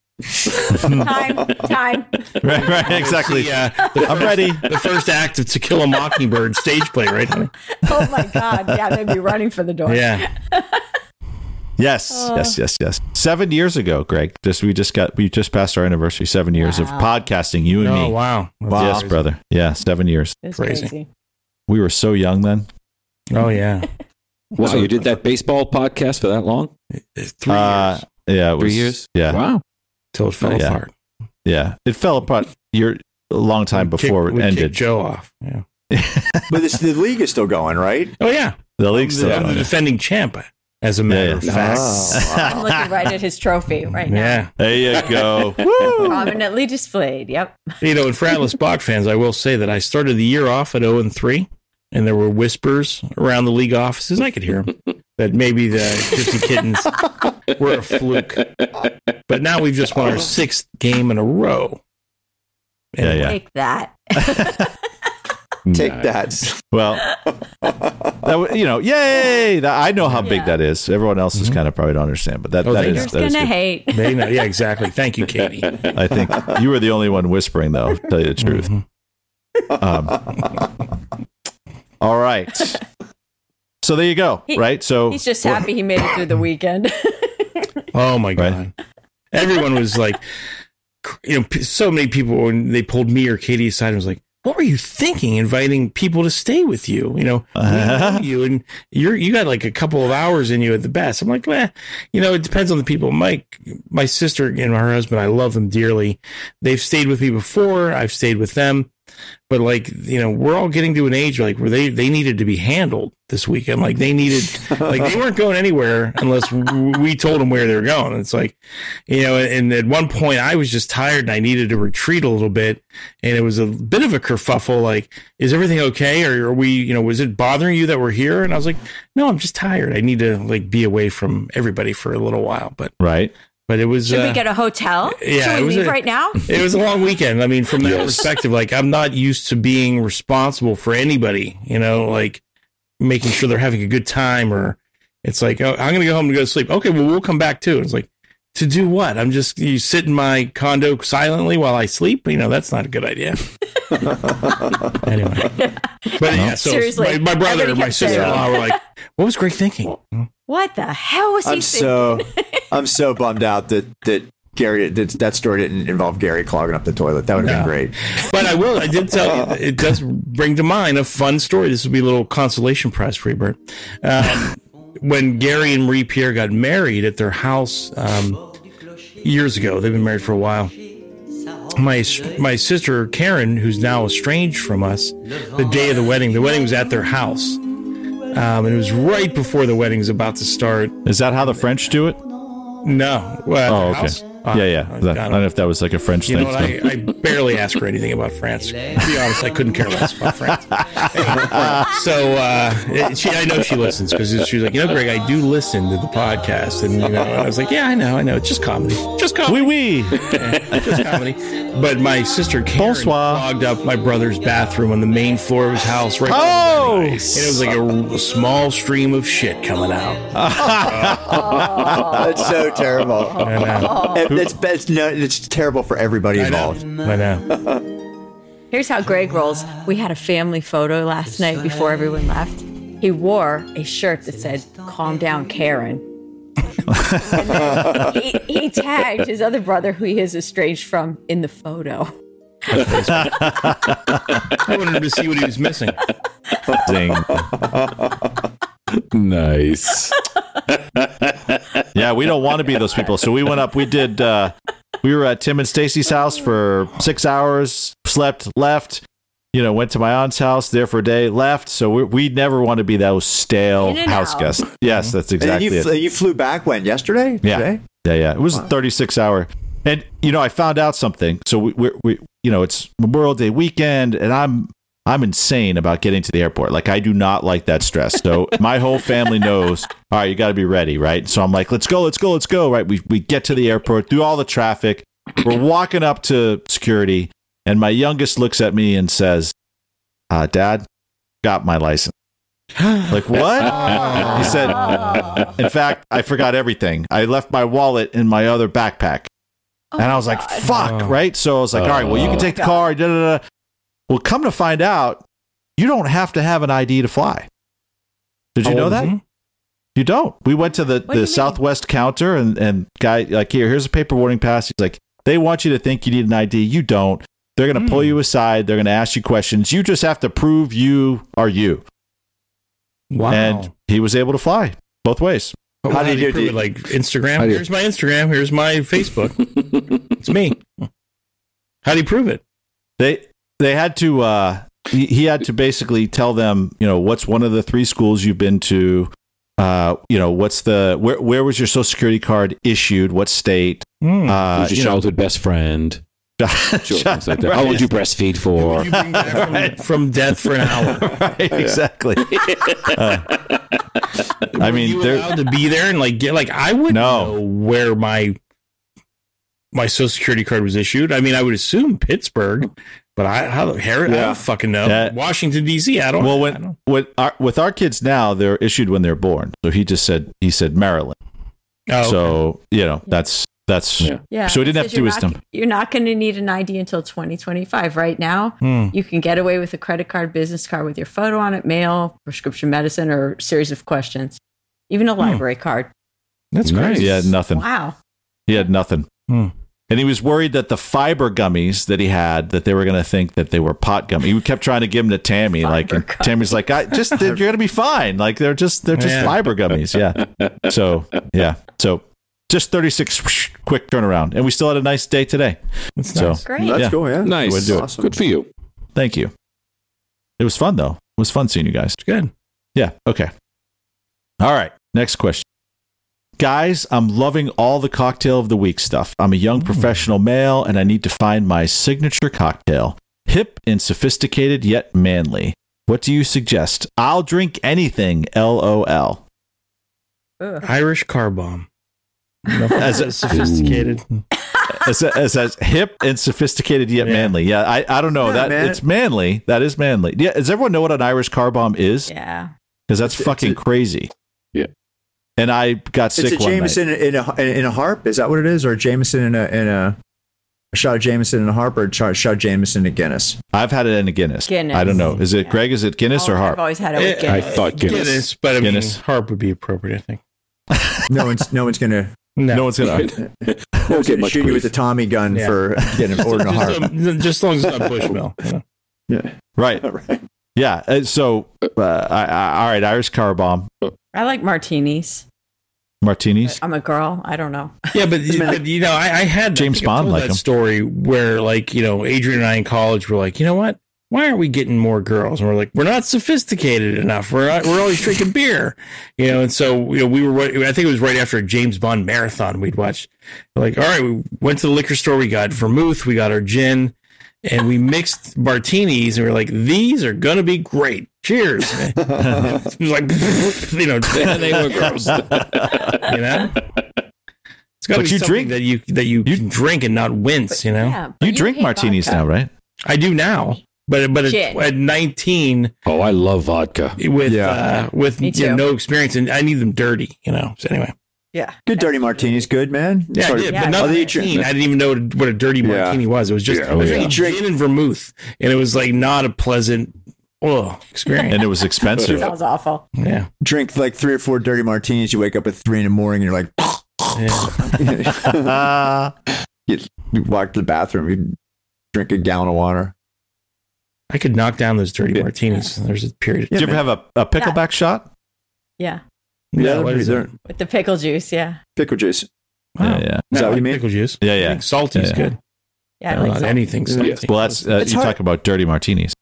Time, time. right, right, exactly. Yeah, I'm ready. the first act of To Kill a Mockingbird stage play, right? honey? Oh my God. Yeah, they'd be running for the door. Yeah, Yes, yes, yes, yes. Seven years ago, Greg. Just we just got we just passed our anniversary. Seven years of podcasting, you and oh me. wow, Yes, brother. Yeah, seven years. It's Crazy. crazy. We were so young then. oh yeah, Wow, you did that baseball podcast for that long? three Uh, years yeah, it was, Yeah, Wow. till it fell yeah. apart. yeah. It fell apart. Your a long time We kicked- before we it kicked ended. Joe off. Yeah. But this, the league is still going, right? Oh yeah, The I'm league's the, still I'm the going. defending champ. As a matter yeah. of fact, Ah, I'm looking right at his trophy Ah. right now. yeah. There you go. Prominently displayed. Yep. You know, and for Atlas Bach fans, I will say that I started the year off at 0 and 3, and there were whispers around the league offices, and I could hear them, that maybe the Gypsy Kittens were a fluke. But now we've just won our sixth game in a row. Yeah, yeah. Take that. Take Nice. that. Well, that w- you know, yay! That, I know how big that is. Everyone else is kind of probably don't understand, but that Mm-hmm. Oh, that they is You're Yes, that going is to good. hate. They know. Yeah, exactly. Thank you, Katie. I think you were the only one whispering, though. To tell you the truth. Mm-hmm. Um, all right. So there you go. He- right. So He's just happy he made it through the weekend. Oh, my God. Right. Everyone was like, cr- you know, p- so many people, when they pulled me or Katie aside, and was like, what were you thinking inviting people to stay with you? You know, we know you and you're you got like a couple of hours in you at the best. I'm like, eh, you know, it depends on the people. Mike, my sister and her husband, I love them dearly. They've stayed with me before. I've stayed with them. But like you know, we're all getting to an age like where they they needed to be handled this weekend. Like they needed, like they weren't going anywhere unless w- we told them where they were going. It's like, you know, and at one point I was just tired and I needed to retreat a little bit, and it was a bit of a kerfuffle. Like, is everything okay? Or are we, you know, was it bothering you that we're here? And I was like, no, I'm just tired. I need to like be away from everybody for a little while. But right? but it was Should uh, we get a hotel? yeah, it Should we was leave a- right now? it was a long weekend. I mean, from that perspective, like I'm not used to being responsible for anybody, you know, like making sure they're having a good time or it's like, oh, I'm going to go home and go to sleep. Okay, well, we'll come back too. It's like, to do what? I'm just, you sit in my condo silently while I sleep? You know, that's not a good idea. anyway. But yeah, so Seriously, my, my brother everybody and my kept saying sister in law were like, what was Greg thinking? What the hell was he I'm thinking? so I'm so bummed out that that Gary that, that story didn't involve Gary clogging up the toilet. That would have No. been great. But I will. I did tell you. It does bring to mind a fun story. This will be a little consolation prize for you, Bert. Um, when Gary and Marie Pierre got married at their house um, years ago, they've been married for a while. My s- my sister Karen, who's now estranged from us, the day of the wedding. The wedding was at their house, um, and it was right before the wedding was about to start. Is that how the French do it? No, well, at Oh, their okay. house. Uh, Yeah, yeah. That- I don't know if that was like a French you thing. know what? I, I barely ask her anything about France. To be honest, I couldn't care less about France. Anyway, so uh, it- she, I know she listens because she was like, you know, Greg, I do listen to the podcast, and you know, and I was like, yeah, I know, I know, it's just comedy, just comedy, Wee wee. just comedy. But my sister Karen Bonsoir. clogged up my brother's bathroom on the main floor of his house, right? Oh, And it was like a, a small stream of shit coming out. That's Uh, so terrible. I know. It- It's, it's, no, it's terrible for everybody I know. involved. I know. Here's how Greg rolls. We had a family photo last night before everyone left. He wore a shirt that said, Calm down, Karen. And then he, he tagged his other brother, who he is estranged from, in the photo. I wanted to see what he was missing. Ding. Nice. Yeah, we don't want to be those people. So we went up. We did. Uh, we were at Tim and Stacy's house for six hours. Slept, left. You know, went to my aunt's house there for a day. Left. So we, we never want to be those stale In and house out. guests. Yes, that's exactly And you, it. fl- you flew back when yesterday? Yeah. Today? Yeah, yeah. It was a 36 hour. And, you know, I found out something. So we, we, we, you know, it's Memorial Day weekend and I'm, I'm insane about getting to the airport. Like I do not like that stress. So my whole family knows, all right, you got to be ready. Right. So I'm like, let's go, let's go, let's go. Right. We, we get to the airport through all the traffic. We're walking up to security and my youngest looks at me and says, uh, dad got my license. Like what? he said, in fact, I forgot everything. I left my wallet in my other backpack. Oh and I was like, fuck, right? So I was like, all right, well, you can take the car. Da, da, da. Well, come to find out, you don't have to have an ID to fly. Did you know that? You don't. We went to the, do you the mean? Southwest counter and, and guy, like, here, here's a paper warning pass. He's like, they want you to think you need an ID. You don't. They're going to pull you aside. They're going to ask you questions. You just have to prove you are you. Wow. And he was able to fly both ways. But How how do did you you do- do it? Like Instagram? How do you- Here's my Instagram. Here's my Facebook. it's Uh, me. How do you prove it? They they had to uh he, he had to basically tell them, you know, what's one of the three schools you've been to, uh, you know, what's the where where was your social security card issued, what state? Uh Who's your you know, childhood best friend? Sure, things like that. How Right. long did you breastfeed for? From, from death for an hour. Right, exactly. Uh, I mean, you they're allowed to be there and like get like I wouldn't No. know where my my social security card was issued. I mean, I would assume Pittsburgh, but I how the Harry, I Yeah. don't fucking know. Yeah. Washington D.C. I don't. well, I when don't- with our, with our kids now, they're issued when they're born. So he just said he said Maryland. oh, okay. So you know that's that's Yeah. Yeah. So he didn't have says to do you're his not- thumb. You're not going to need an ID until 2025. Right now, Hmm. you can get away with a credit card, business card with your photo on it, mail, prescription medicine, or a series of questions, even a Hmm. library card. that's Nice. crazy. he had nothing. Wow. He had nothing. Hmm. And he was worried that the fiber gummies that he had, that they were going to think that they were pot gummies. He kept trying to give them to Tammy, like and gummies. Tammy's like, I just they're- you're going to be fine. Like they're just they're just Yeah. fiber gummies. Yeah. So yeah. So just 36 whoosh, quick turnaround, and we still had a nice day today. That's so nice. Great. That's Yeah. cool, yeah. Nice. Would do it. Good for you. Thank you. It was fun though. It was fun seeing you guys. Good. Yeah. Okay. All right. Next question. Guys, I'm loving all the cocktail of the week stuff. I'm a young professional male and I need to find my signature cocktail. Hip and sophisticated yet manly. What do you suggest? I'll drink anything. LOL. Ugh. Irish car bomb. No, As a- sophisticated. As as as hip and sophisticated yet Yeah. manly. Yeah, I, I don't know. Yeah, that man. it's manly. That is manly. Yeah, does everyone know what an Irish car bomb is? Yeah. Because that's fucking crazy. Yeah. And I got sick It's a one night. Jameson in a in a harp. Is that what it is, or a Jameson in a in a, a shot of Jameson in a harp, or a shot shot of Jameson in Guinness? I've had it in a Guinness. Guinness. I don't know. Is it Yeah. Greg? Is it Guinness or Oh, Harp? I've always had it with Eh, I Guinness. thought Guinness. Guinness, but I Guinness. mean, harp would be appropriate, I think. No one's no one's gonna, No one's gonna. Won't get gonna much shoot you with a grief. Tommy gun Yeah. for getting ordering a just, harp. um, just as long as it's not Bushmill. you know. right. Yeah. uh, So, uh, I, I, all right. Irish car bomb I like martinis. martinis. I'm a girl. I don't know. Yeah, but, but, you know, I, I had I James think I've Bond told like that him. story where, like, you know, Adrian and I in college were like, you know what? Why aren't we getting more girls? And we're like, we're not sophisticated enough. We're we're always drinking beer, you know. And so, you know, we were. wa- I think it was right after a James Bond marathon we'd watched. Like, all right, we went to the liquor store. We got vermouth. We got our gin. And we mixed martinis, and we were like, "These are gonna be great." Cheers! it was like, you know, they were gross you know. It's got to But be you something drink- that you that you, can drink and not wince. You know, Yeah, but You drink hate martinis vodka. now, right? I do now, but but at, Gin. at nineteen Oh, I love vodka. with Yeah. uh, with Me you know, too. no experience and I need them dirty. You know. So anyway, Yeah. Good dirty martinis, good man. yeah, I Sorry. did, Yeah, but not I'll eat your- 19. I didn't even know what a- what a dirty Yeah. martini was. It was just Yeah, I was oh, yeah. drinking gin and vermouth, and it was like not a pleasant oh experience. And it was expensive. Sounds awful. yeah. Drink like three or four dirty martinis. You wake up at three in the morning. and You're like, yeah. Ah. you walk to the bathroom. You drink a gallon of water. I could knock down those dirty martinis. There's a period. Did you ever have a, a pickleback shot? Yeah. Yeah, No, what they're- is they're- it? With the pickle juice. Yeah. Pickle juice. Wow. Yeah, yeah. that No, what I you like mean? Pickle juice. Yeah, yeah. I think Salty is Yeah. good. Yeah. I Not like salt. anything salty. Yeah. Well, that's uh, It's you hard- talk about dirty martinis.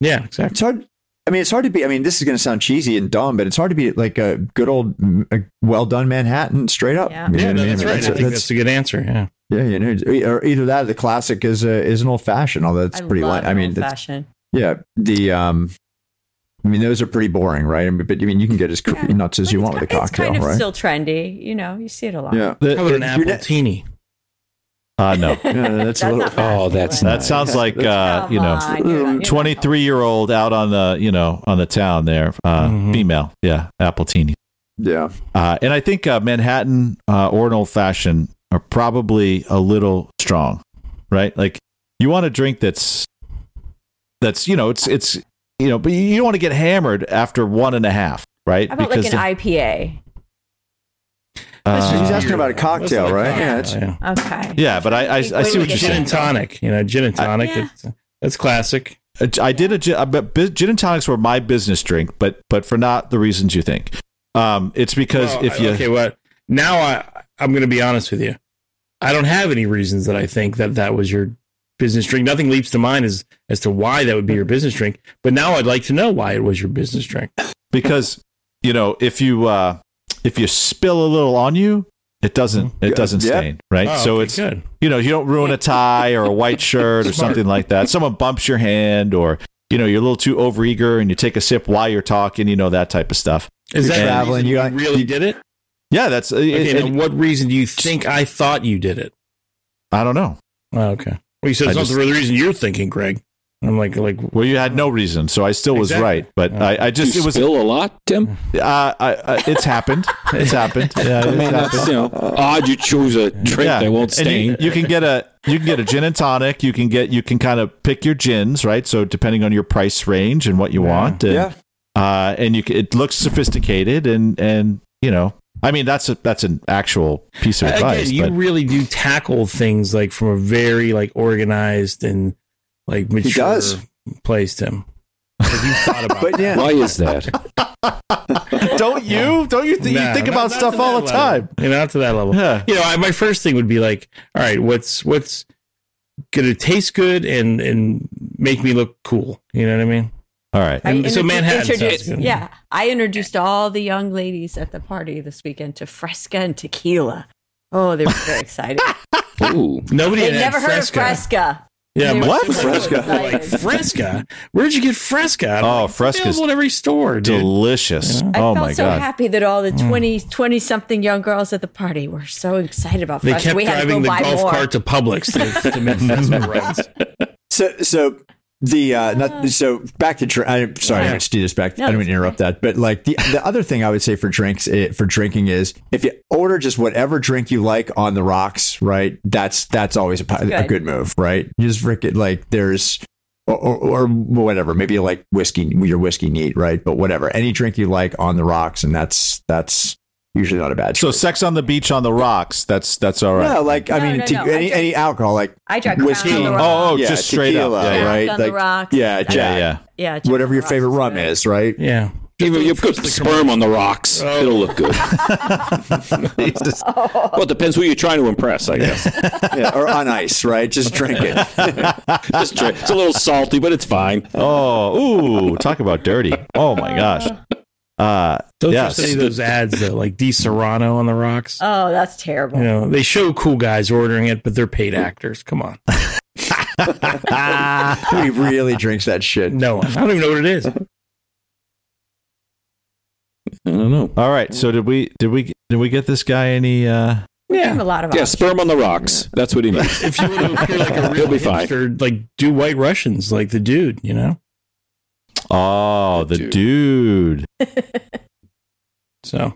yeah, exactly. It's hard. I mean, it's hard to be. I mean, this is going to sound cheesy and dumb, but it's hard to be like a good old, mm, a well done Manhattan straight up. Yeah. You know Yeah, what no, I mean? that's right. I That's- think that's, that's- a good answer. Yeah. yeah, you know, e- or either that or the classic is a, is an old fashioned, although it's I pretty love light. I mean, old that's- fashioned. yeah, the, um, I mean, those are pretty boring, right? I mean, but I mean, you can get as cr- Yeah. nuts as But you it's want with a ki- cocktail, It's kind of right? still trendy. You know, you see it a lot. yeah. How about an apple not- teeny? Uh, no. Yeah, that's a little- not fashionable, Oh, that's but- That sounds like uh, Come you on, know, you're not- you're not- twenty three year old out on the you know on the town there, uh, Mhm. female. Yeah, Appletini. Yeah. Uh, and I think uh, Manhattan uh, or an old fashioned are probably a little strong, right? Like you want a drink that's that's you know it's it's you know, but you don't want to get hammered after one and a half, right? How about like an IPA? the- So uh, he's asking about a That's like cocktail, right? Yeah. cocktail, It's, yeah. Okay. yeah, but I I, I see what you're Gin saying. and tonic, you know, gin and tonic. Yeah. that's, that's classic. Uh, I did a gin, uh, but bu- gin and tonics were my business drink, but but for not the reasons you think. Um, it's because Well, if I- you okay, what now? I I'm going to be honest with you. I don't have any reasons that I think that that was your business drink. Nothing leaps to mind as as to why that would be your business drink. But now I'd like to know why it was your business drink. because you know if you uh, if you spill a little on you, it doesn't it doesn't Yeah. stain, right? Oh, so okay, it's good. you know you don't ruin a tie or a white shirt or something like that. Someone bumps your hand or you know you're a little too overeager and you take a sip while you're talking, you know that type of stuff. Is You're that traveling, traveling? You, you got- really you- did it? Yeah, that's uh, Okay, it, now it- what reason do you think I thought you did it? I don't know. Oh, okay. Well, you said I it's not just- for the reason you're thinking, Greg. I'm like, like, Well, you had no reason, so I still was Exactly. right. But I, I just You it was uh, spill a lot, Tim. I, I, it's happened. It's happened. Yeah, it's I mean, happened. that's you know, odd. You choose a drink that won't And stain. You, you can get a you can get a gin and tonic. You can get you can kind of pick your gins, right? So depending on your price range and what you want, and, yeah. uh, and you can, it looks sophisticated, and and you know, I mean that's a that's an actual piece of advice. again, you but really do tackle things like from a very like organized and like mature does. place, Tim. Like, you thought about But yeah. Why is that? don't you don't you, th- you Nah, think not- about not stuff to all that the level. time? You know, not to that level. Yeah. You know, I, my first thing would be like, all right, what's what's gonna taste good and and make me look cool. You know what I mean? All right. I And so introdu- Manhattan sounds introduced- good. yeah, I introduced all the young ladies at the party this weekend to Fresca and tequila. Oh, they were very excited. Ooh. Nobody They had never heard of Fresca. Yeah, They were my- what? super Fresca? excited. Fresca. Where'd you get Fresca? I'm Oh, like, it's Fresca's available at every store, dude. Delicious. I oh felt my so god. happy that all Hmm. the 20, 20 something young girls at the party were so excited about they Fresca. kept we had to go driving the buy golf more. cart to Publix to, to make Fresca runs. So, so the uh, not, so back to drink. I'm sorry, I'm going to steal this back. Ah. No, I don't it's mean to interrupt that, but like the the other thing I would say for drinks eh, for drinking is if you order just whatever drink you like on the rocks, right? That's that's always a, po- a good. good move, right? You just frickin' like there's. Or, or, or whatever, maybe you like whiskey, your whiskey neat, right? But whatever, any drink you like on the rocks, and that's that's usually not a bad. So choice. sex on the beach on the rocks. That's that's all right. no, like I No, mean, no, te- no, I any drank- any alcohol, like I drank Whiskey. Crown on the Oh, Rocks. oh, just straight up. tequila, Yeah, yeah. right? Jack on the rocks. yeah, Jack. yeah, yeah. Yeah, Jack Whatever on your the favorite Rocks rum good. is, right? Yeah. Even you put sperm on the rocks, it'll look good. Jesus. Well, it depends who you're trying to impress, I guess. yeah, or on ice, right? Just drink it. Just try- it's a little salty, but it's fine. Oh, ooh, talk about dirty. Oh my gosh. Uh Those yes. are some of those ads though, like D Serrano on the rocks. Oh, that's terrible. You know, they show cool guys ordering it, but they're paid actors. Come on, He really drinks that shit. no one. I don't even know what it is. I don't know. All right. So did we did we did we get this guy any uh We gave him a lot of Yeah, options. sperm on the rocks. That's what he means. If you were to appear like a He'll real be fine. hipster, like do White Russians, like the dude, you know. Oh, the The dude. So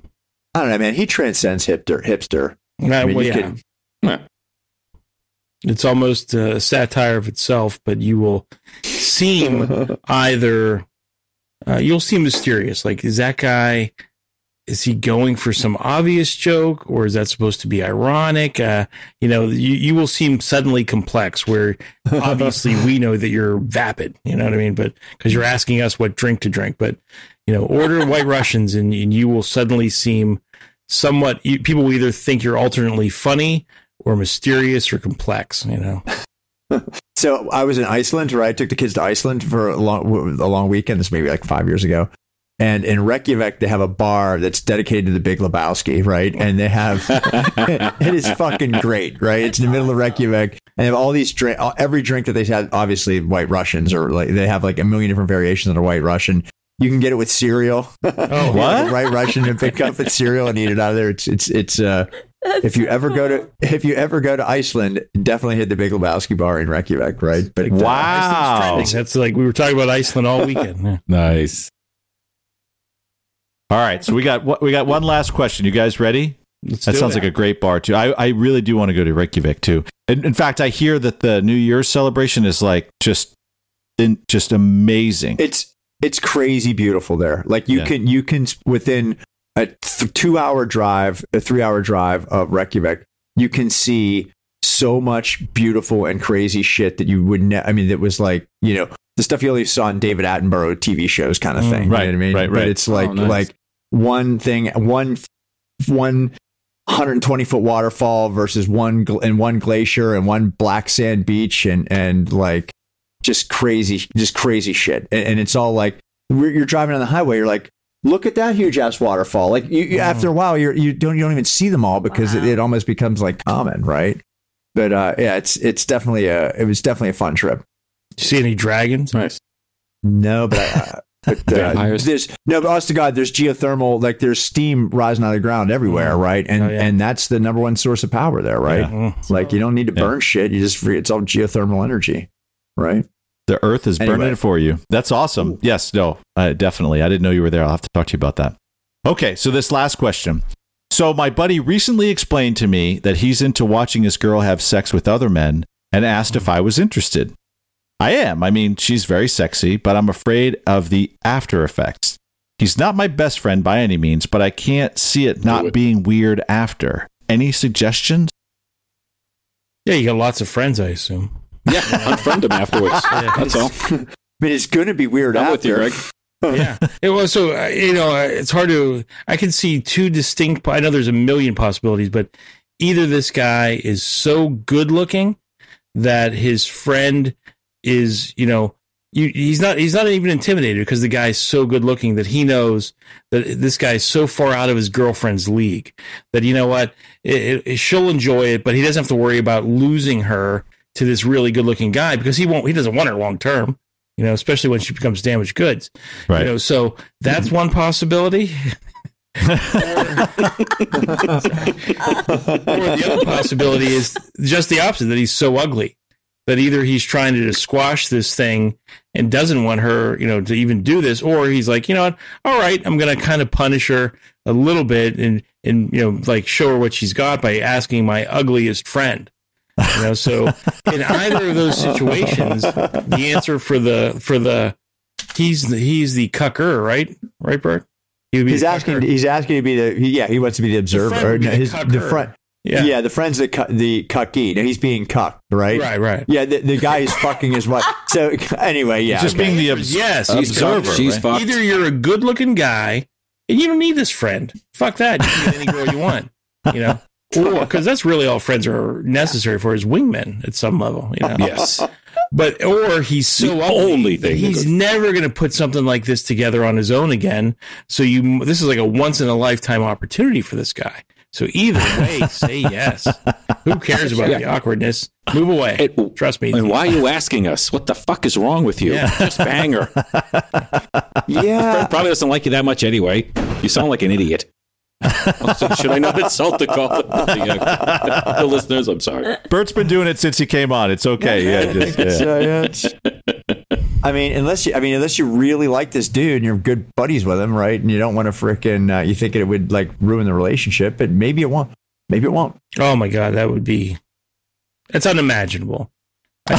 I don't know, man. He transcends hipster. Hipster. Uh, mean, well, you yeah. could- It's almost a satire of itself, but you will seem either uh, you'll seem mysterious. Like, is that guy? Is he going for some obvious joke, or is that supposed to be ironic? Uh, you know, you, you will seem suddenly complex. Where obviously we know that you're vapid. You know what I mean? But because you're asking us what drink to drink, but you know, order White Russians, and, and you will suddenly seem somewhat. You, people will either think you're alternately funny or mysterious or complex. You know, So I was in Iceland, right? I took the kids to Iceland for a long, w- a long weekend. This maybe like five years ago. And in Reykjavik, they have a bar that's dedicated to the Big Lebowski, right? And they have it is fucking great, right? It's in the middle of Reykjavik, and they have all these drink. Every drink that they had, obviously White Russians, or like they have like a million different variations on a White Russian. You can get it with cereal. oh, What? right Russian and pick up its cereal and eat it out of there. It's it's it's uh if you ever go to if you ever go to Iceland, definitely hit the Big Lebowski bar in Reykjavik, right? But uh, Wow. That's like we were talking about Iceland all weekend. Yeah. nice. All right. So we got what we got one last question. You guys ready? Let's that do sounds it. like a great bar too. I, I really do want to go to Reykjavik too. In, in fact, I hear that the New Year's celebration is like just in, just amazing. it's it's crazy beautiful there. Like you Yeah. can you can within a th- two hour drive, a three hour drive of Reykjavik, you can see so much beautiful and crazy shit that you would. Ne- I mean, that was like you know the stuff you only saw in David Attenborough TV shows, kind of Mm, thing. right, you know what I mean? right, But right. it's like Oh, nice. like one thing, one one 120 foot waterfall versus one gl- and one glacier and one black sand beach and and like just crazy just crazy shit and, and it's all like we're, you're driving on the highway you're like look at that huge ass waterfall like you, you after a while you're, you don't you don't even see them all because it, it almost becomes like common right but uh yeah it's it's definitely a it was definitely a fun trip Did you see any dragons? Nice. no, but, I, but uh, Vampires? there's no, but honest to God, there's geothermal, like there's steam rising out of the ground everywhere, right? And Oh, yeah. and that's the number one source of power there, right? Mm. Like you don't need to burn shit; you just free, it's all geothermal energy, right? the Earth is burning Anyway. it for you. That's awesome. Yes. No. Uh, definitely. I didn't know you were there. I'll have to talk to you about that. Okay. So this last question. So my buddy recently explained to me that he's into watching his girl have sex with other men and asked if I was interested. I am. I mean, she's very sexy, but I'm afraid of the after effects. He's not my best friend by any means, but I can't see it not it. being weird after. Any suggestions? Yeah, you got lots of friends, I assume. Yeah, unfriend him afterwards. That's all. But it's going to be weird I'm after. with you, Greg. yeah. It was so uh, you know uh, it's hard to. I can see two distinct. I know there's a million possibilities, but either this guy is so good looking that his friend is you know you, he's not he's not even intimidated because the guy's so good looking that he knows that this guy's so far out of his girlfriend's league that you know what it, it, she'll enjoy it, but he doesn't have to worry about losing her to this really good looking guy because he won't he doesn't want her long term. You know, especially when she becomes damaged goods. Right. You know, so that's one possibility. or the other possibility is just the opposite that he's so ugly that either he's trying to just squash this thing and doesn't want her, you know, to even do this, or he's like, you know what, all right, I'm gonna kind of punish her a little bit and and you know, like show her what she's got by asking my ugliest friend. You know, so in either of those situations, the answer for the for the he's the, he's the cucker, right? Right, Bert? He would be He's the asking. cucker. He's asking to be the. he- yeah, he wants to be the observer. friend would be No, the his- the cucker. front. Yeah. Yeah. the friend's the cu- the cucky. Now he's being cucked, right? Right, right. Yeah, the, the guy is fucking his wife. So anyway, yeah. just being the obs- Yes, he's observer. She's right? fucked. Either you're a good looking guy and you don't need this friend. Fuck that. You can get any girl you want, you know? Or because that's really all friends are necessary for is wingmen at some level, you know? Yes. But or he's so The ugly only that thing that he's goes- never going to put something like this together on his own again. So you, this is like a once in a lifetime opportunity for this guy. So either way, say yes. Who cares about the awkwardness? Move away. It- Trust me. And why are you asking us? What the fuck is wrong with you? Yeah. Just bang her. uh, yeah. Probably doesn't like you that much anyway. You sound like an idiot. Also, should I not insult the call? The, the listeners, I'm sorry. Bert's been doing it since he came on. It's okay. Yeah, just, yeah. So, yeah, it's- I mean, unless you, I mean, unless you really like this dude and you're good buddies with him, right? And you don't want to frickin' uh, you think it would like ruin the relationship, but maybe it won't. Maybe it won't. Oh my god, that would be that's unimaginable. I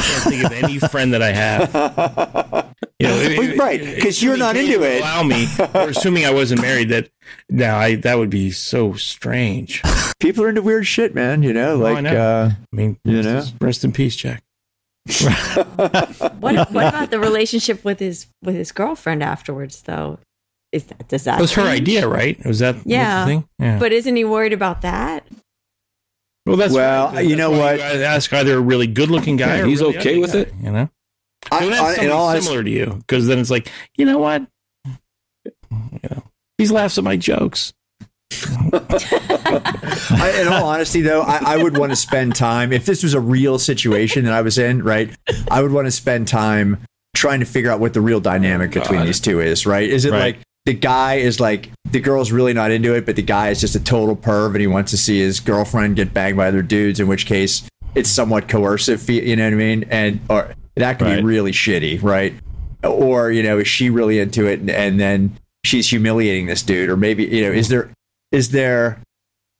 can't think of any friend that I have. You know, it- it- right, it- because you're it not can't into it. Allow me, or assuming I wasn't married. That no, I that would be so strange. I People are into weird shit, man. You know, Oh, I like know. Uh, mean, You rest- know? rest in peace, Jack. What, what about the relationship with his with his girlfriend afterwards, though? Is that does that That was her change? idea, right? Was that was the Yeah. thing? Yeah. But isn't he worried about that? well, that's Well, that's you know why what? you gotta ask either a really good-looking guy. Yeah, or he's really okay ugly with guy, it? You know, I, Don't I, have in somebody all honesty- similar to you, because then it's like, you know what? You know, he laughs at my jokes. I, in all honesty, though, I, I would want to spend time. If this was a real situation that I was in, right, I would want to spend time trying to figure out what the real dynamic between these two is, right? Is it Right. like the guy is like the girl's really not into it, but the guy is just a total perv and he wants to see his girlfriend get banged by other dudes, in which case it's somewhat coercive, fe- you know what I mean? And or that could Right. be really shitty, right? Or you know, is she really into it and, and then she's humiliating this dude? Or maybe you know, is there is there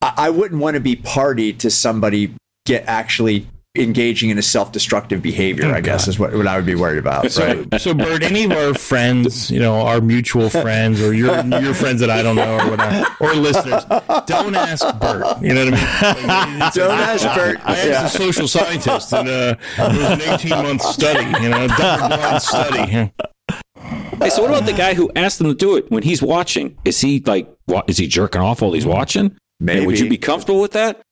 I, I wouldn't want to be party to somebody get actually engaging in a self-destructive behavior. I guess is what, what I would be worried about. Right? So, so Bert, any of our friends, you know, our mutual friends or your your friends that I don't know or whatever, or listeners, don't ask Bert. You know what I mean? Like, it's- Don't ask Bert. I asked a social scientist, and uh, it was an eighteen-month study. You know, double-blind study. Hey, so what about the guy who asked them to do it when he's watching? Is he like, wa is he jerking off while he's watching? Maybe. And would you be comfortable with that?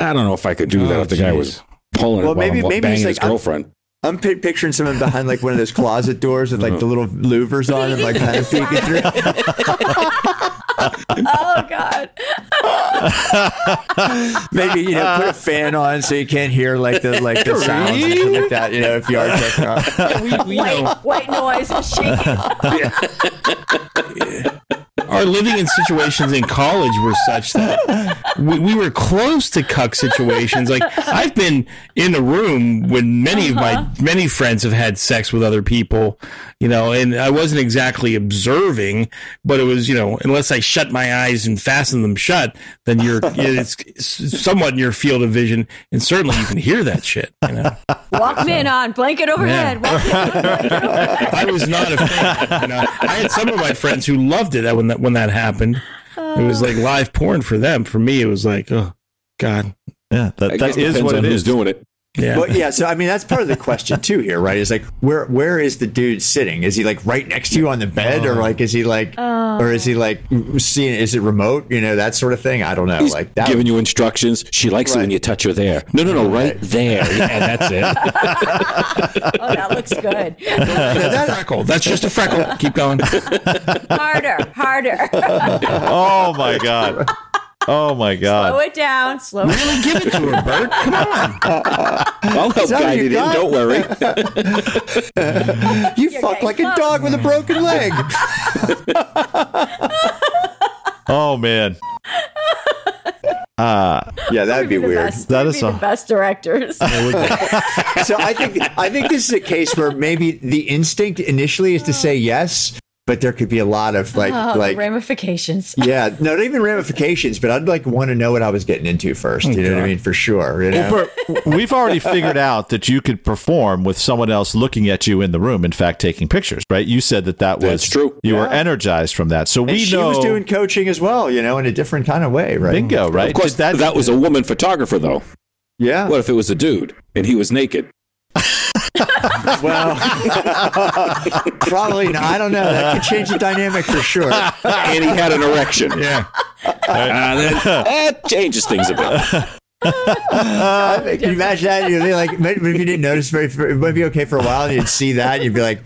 I don't know if I could do that Oh, if the guy geez. was pulling Well, it while maybe- I'm maybe banging he's his like, I'm- girlfriend. I'm pi- picturing someone behind like one of those closet doors with like the little louvers on and like kind of peeking through. Oh God! Maybe you know, put a fan on so you can't hear like the like the sounds and stuff like that. You know, if you are checking out. We, we know White white noise is shaking. our living in situations in college were such that we, we were close to cuck situations. Like I've been in a room when many of my many friends have had sex with other people, you know, and I wasn't exactly observing, but it was you know unless I shut my eyes and fasten them shut, then you're it's somewhat in your field of vision, and certainly you can hear that shit. You know, Walkman on, blanket overhead. Walkman on, blanket overhead. I was not a fan. You know, I had some of my friends who loved it when that when that happened. It was like live porn for them. For me, it was like, oh God. yeah that, I that guess it is depends what on it who's is. doing it. Yeah. But yeah, so I mean that's part of the question too here, right? Is like where where is the dude sitting? Is he like right next to you on the bed, or like is he like, or is he like seeing? Is it remote? You know that sort of thing. I don't know. like that. giving you instructions. She likes it when you touch her there. No, no, no, right there. Yeah, that's it. Oh, that looks good. That's a freckle. That's just a freckle. Keep going. harder, harder. Oh my god. Oh my slow god. it down. Slow it down. Give it to her, Bert. Come on. I'll help that guide your it in. guy? Don't worry. you fuck okay, like a come. dog with a broken leg. Oh man. Uh yeah, that'd be The weird. best- That we'd is be a- the best directors. so I think I think this is a case where maybe the instinct initially is to say yes, but there could be a lot of like Oh, the like ramifications. yeah, no, not even ramifications. But I'd like want to know what I was getting into first. You know what I mean? For sure. You know? Well, Bert, we've already figured out that you could perform with someone else looking at you in the room. In fact, taking pictures, right? You said that that was That's true. You were energized from that, so And we she know. was doing coaching as well. You know, in a different kind of way, right? bingo, right? Of course, Did that, that was a woman photographer, though. Yeah. What if it was a dude and he was naked? Well, probably. Not. I don't know. That could change the dynamic for sure. and he had an erection. Yeah. That changes things a bit. I think- can you imagine that? You'd be like, maybe if you didn't notice, very, it might be okay for a while. And you'd see that, and you'd be like,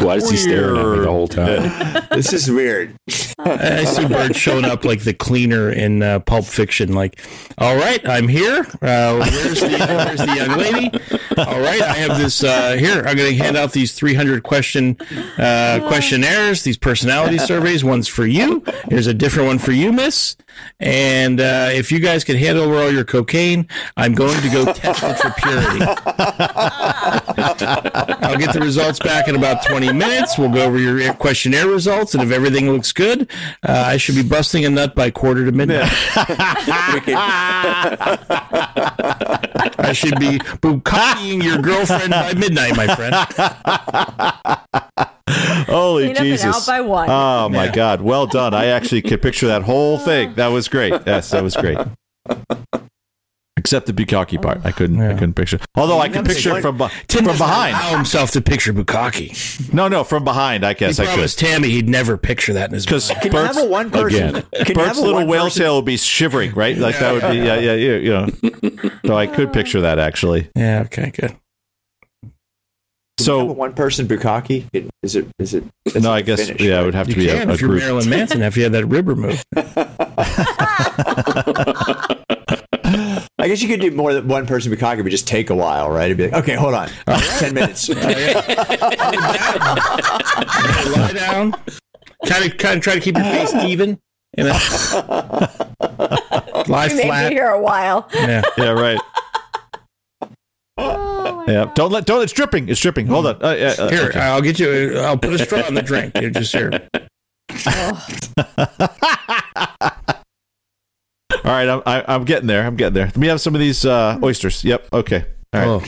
Why is he staring at me the whole time? "This is weird." I I see Bird showing up like the cleaner in uh, Pulp Fiction. Like, all right, I'm here. Uh, where's, the, where's the young lady? All right, I have this uh, here. I'm going to hand out these 300 question uh, questionnaires, these personality surveys. One's for you. Here's a different one for you, Miss. And uh, if you guys can handle all your cocaine, I'm going to go test it for purity. I'll get the results back in about 20 minutes. We'll go over your questionnaire results, and if everything looks good, uh, I should be busting a nut by quarter to midnight. I should be bukakiing your girlfriend by midnight, my friend. Holy Clean up and Jesus! out by one. Oh my God! Well done. I actually could picture that whole thing. That was great. Yes, that was great. Except the Bukaki part, I couldn't. I couldn't picture. Although I could picture it from be- Tim from doesn't behind. allow himself to picture bukaki. No, no, from behind. I guess he I could. promised Tammy he'd never picture that in his Because mind. Can you have a one person? Again. Can you Bert's have a little one whale person- tail would be shivering, right? Like that would be, yeah, yeah, yeah, you know. So I could picture that actually. Yeah. Okay. Good. Have a So one person bukkake? It- Is it? Is it? is no, it I guess finished, yeah, it right? would have You to be can a, a if you're group. Marilyn Manson. If you had that rib removed, I guess you could do more than one person bukkake, but just take a while, right? It'd be like, okay, hold on, ten minutes. lie down. Kind of, kind of try to keep your face even. You know, lie You may flat. be here a while. Yeah. Yeah, right. yeah, don't let don't. It's dripping. It's dripping. Hold on. Uh, uh, uh, Here, I'll get you. I'll put a straw in the drink. You're just here. All right, I'm I, I'm getting there. I'm getting there. Let me have some of these uh, oysters. Yep. Okay. All right. Oh.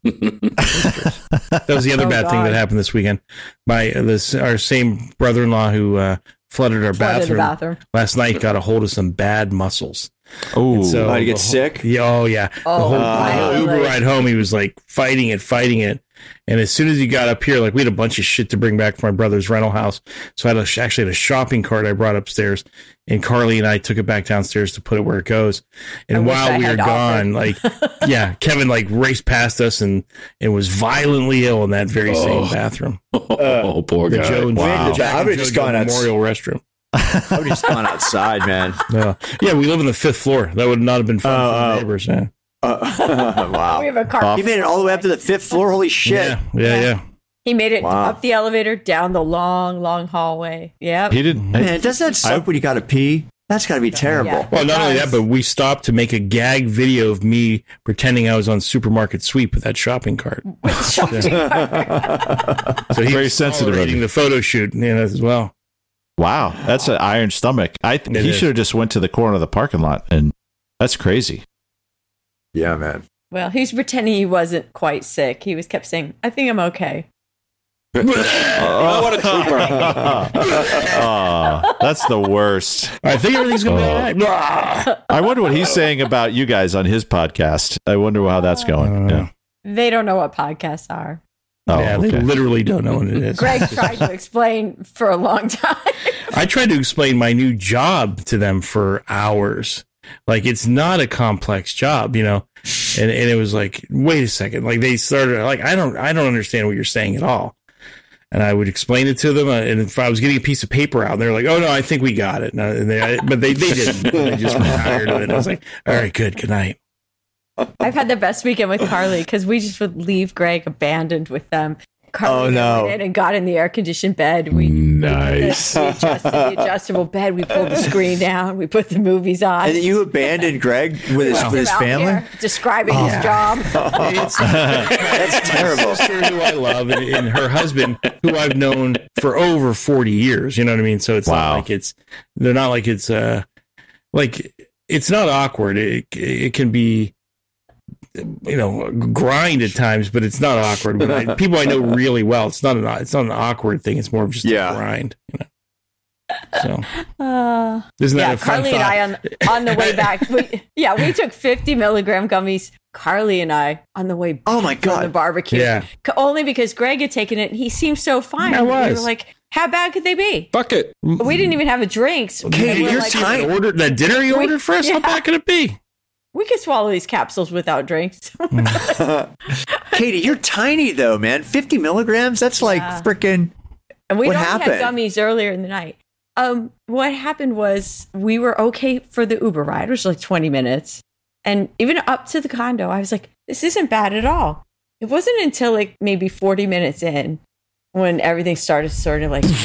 that was the other bad thing that happened this weekend. My this our same brother-in-law who uh, flooded our Flooded the bathroom, bathroom. last night got a hold of some bad muscles. Oh, So Might the get whole- sick. Yeah, oh yeah. the Oh, whole, my the whole Uber goodness. ride home, he was like fighting it, fighting it. And as soon as he got up here, like we had a bunch of shit to bring back from my brother's rental house, so I had a, actually had a shopping cart I brought upstairs, and Carly and I took it back downstairs to put it where it goes. And I wish I while we were had gone, like yeah, Kevin like raced past us and and was violently ill in that very same bathroom, Oh, poor the guy. Joe and Wow. the Jack I and would've Joe just gone Joe out- Memorial restroom. I would have just gone outside, man. Yeah, yeah, we live on the fifth floor. That would not have been fun for the neighbors. Yeah. Uh, We have wow. a car. He made it all the way up to the fifth floor. Holy shit! yeah, yeah, yeah. He made it Wow. up the elevator, down the long, long hallway. Yep. he didn't. Man, doesn't that suck when you got to pee? That's got to be terrible. Yeah. Well, not only that, but we stopped to make a gag video of me pretending I was on supermarket sweep with that shopping cart. So he's Very sensitive of Reading you. Oh, the photo shoot, you know, as well. Wow, that's an iron stomach. I th- It he is. should have just went to the corner of the parking lot, and that's crazy. Yeah, man. Well, he's pretending he wasn't quite sick. He was kept saying, "I think I'm okay." oh, what a trooper. Oh, that's the worst. I think everything's going to be all right. I wonder what he's saying about you guys on his podcast. I wonder how that's going. Uh, Yeah. They don't know what podcasts are. Oh, yeah, they okay. literally don't know what it is. Greg tried to explain for a long time. I tried to explain my new job to them for hours. Like it's not a complex job, you know. And and it was like, wait a second. Like they started like I don't I don't understand what you're saying at all. And I would explain it to them, uh, and if I was getting a piece of paper out, they're like, "Oh no, I think we got it." And I- and they, I- but they, they didn't. They just were tired of it. I was like, "All right, good, good night." I've had the best weekend with Carly because we just would leave Greg abandoned with them. Carly Oh, no. went in and got in the air conditioned bed. We Mm. Nice. we adjusted the adjustable bed. We pulled the screen down. We put the movies on. And you abandoned Greg with his, with his Out family? here describing Oh. his job. That's terrible. sister who I love and, and her husband who I've known for over 40 years. You know what I mean? So it's Wow. not like it's, they're not like it's, uh, like it's not awkward. It, it can be, you know, grind at times, but it's not awkward. When I, people I know really well, it's not an, it's not an awkward thing. It's more of just Yeah. a grind, you know? So Uh, isn't that yeah, a fun Carly and thought? I uh, on on the way back. We, yeah, we took 50 milligram gummies. Carly and I on the way Oh my on the God. barbecue. Yeah. C- Only because Greg had taken it and he seemed so fine. I We was. were like, how bad could they be? Fuck it. We didn't even have a drink. so Katie, we were you're like, tiny. That order that dinner you We- ordered for us? How yeah. bad could it be? We could swallow these capsules without drinks. Mm. Katie, you're tiny though, man. 50 milligrams? That's like freaking. and we What only had happened? gummies earlier in the night. Um, what happened was we were okay for the Uber ride, which was like 20 minutes. And even up to the condo, I was like, this isn't bad at all. It wasn't until like maybe 40 minutes in when everything started sort of like melting.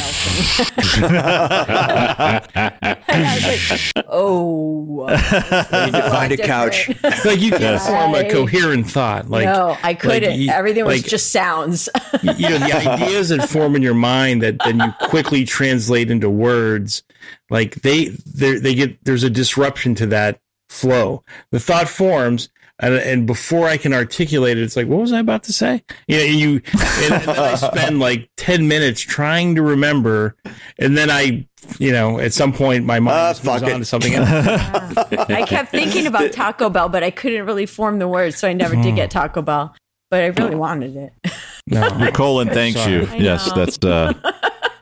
and I was like, oh. I need to find a couch. Like you can't form a I- coherent thought. Like no, I couldn't. you- everything was like- just sounds. you know the ideas that form in your mind that then you quickly translate into words like they they they get there's a disruption to that flow the thought forms and, and before i can articulate it it's like what was i about to say you know you and, and then i spend like 10 minutes trying to remember and then i you know at some point my mind Ah, just moves fuck it. on to something else I kept thinking about Taco Bell, but I couldn't really form the words, so I never did Hmm. get Taco Bell. But I really wanted it. no. Your colon thanks Sorry. you. I Yes, know. that's. Uh,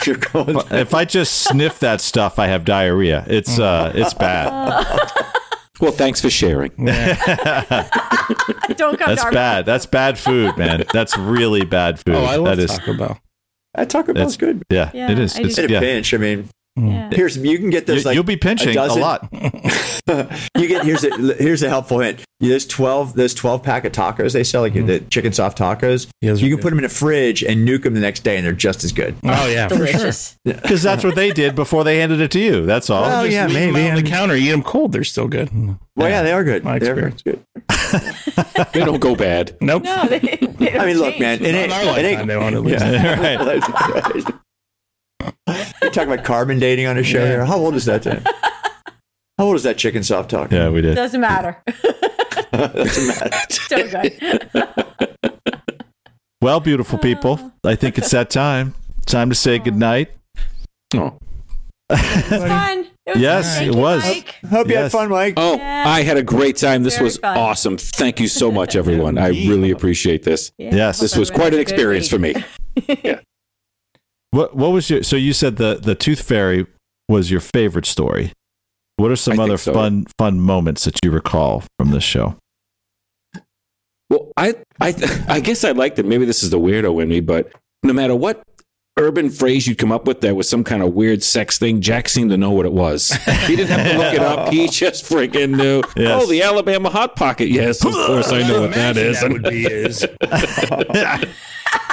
You're going. if I just sniff that stuff, I have diarrhea. It's uh, it's bad. Oh, Well, thanks for sharing. Don't come That's to our bad. That's bad food, man. That's really bad food. oh i love that is. taco bell That Taco Bell's That's good. Yeah, Yeah, it is. I It's, do. In a yeah. pinch, I mean, Yeah. Hmm. here's you can get You, those like will be pinching a, dozen- lot. you get here's a here's a helpful hint. There's twelve there's twelve pack of tacos they sell like the chicken soft tacos. Yeah, those you are can good. put them in a fridge and nuke them the next day, and they're just as good. oh yeah for sure delicious. Because that's what they did before they handed it to you. That's all. Well, yeah, Leave 'em maybe. out on the counter eat them cold they're still good Well, yeah, they are good. My They are experience. good. They don't go bad. nope No, they, they don't I mean, look, change. man, it In ain't. our It lifetime, ain't they won't at least. right. You're talking about carbon dating on a show Yeah. here. How old is that? Then? How old is that chicken soft taco? Yeah, we did. Doesn't matter. Still good. Well, beautiful people, Oh. I think it's that time. Time to say goodnight. Oh, Fun. It was Yes, fun. it Thank you, was. Mike. Hope you had Yes. fun, Mike. oh Yeah. I had a great time. This Very was fun. awesome. Thank you so much, everyone. I really appreciate this. Yeah, Yes. This hope was everyone quite had an a good experience week. for me. What What was your? So you said the the Tooth Fairy was your favorite story. What are some I think other so. fun fun moments that you recall from this show? Well, I, I, I guess I liked it. Maybe this is the weirdo in me, but no matter what urban phrase you'd come up with, there was some kind of weird sex thing. Jack seemed to know what it was. He didn't have to look it up. He just freaking knew. Yes. Oh, the Alabama hot pocket. Yes, of course I know what that is. That would be is.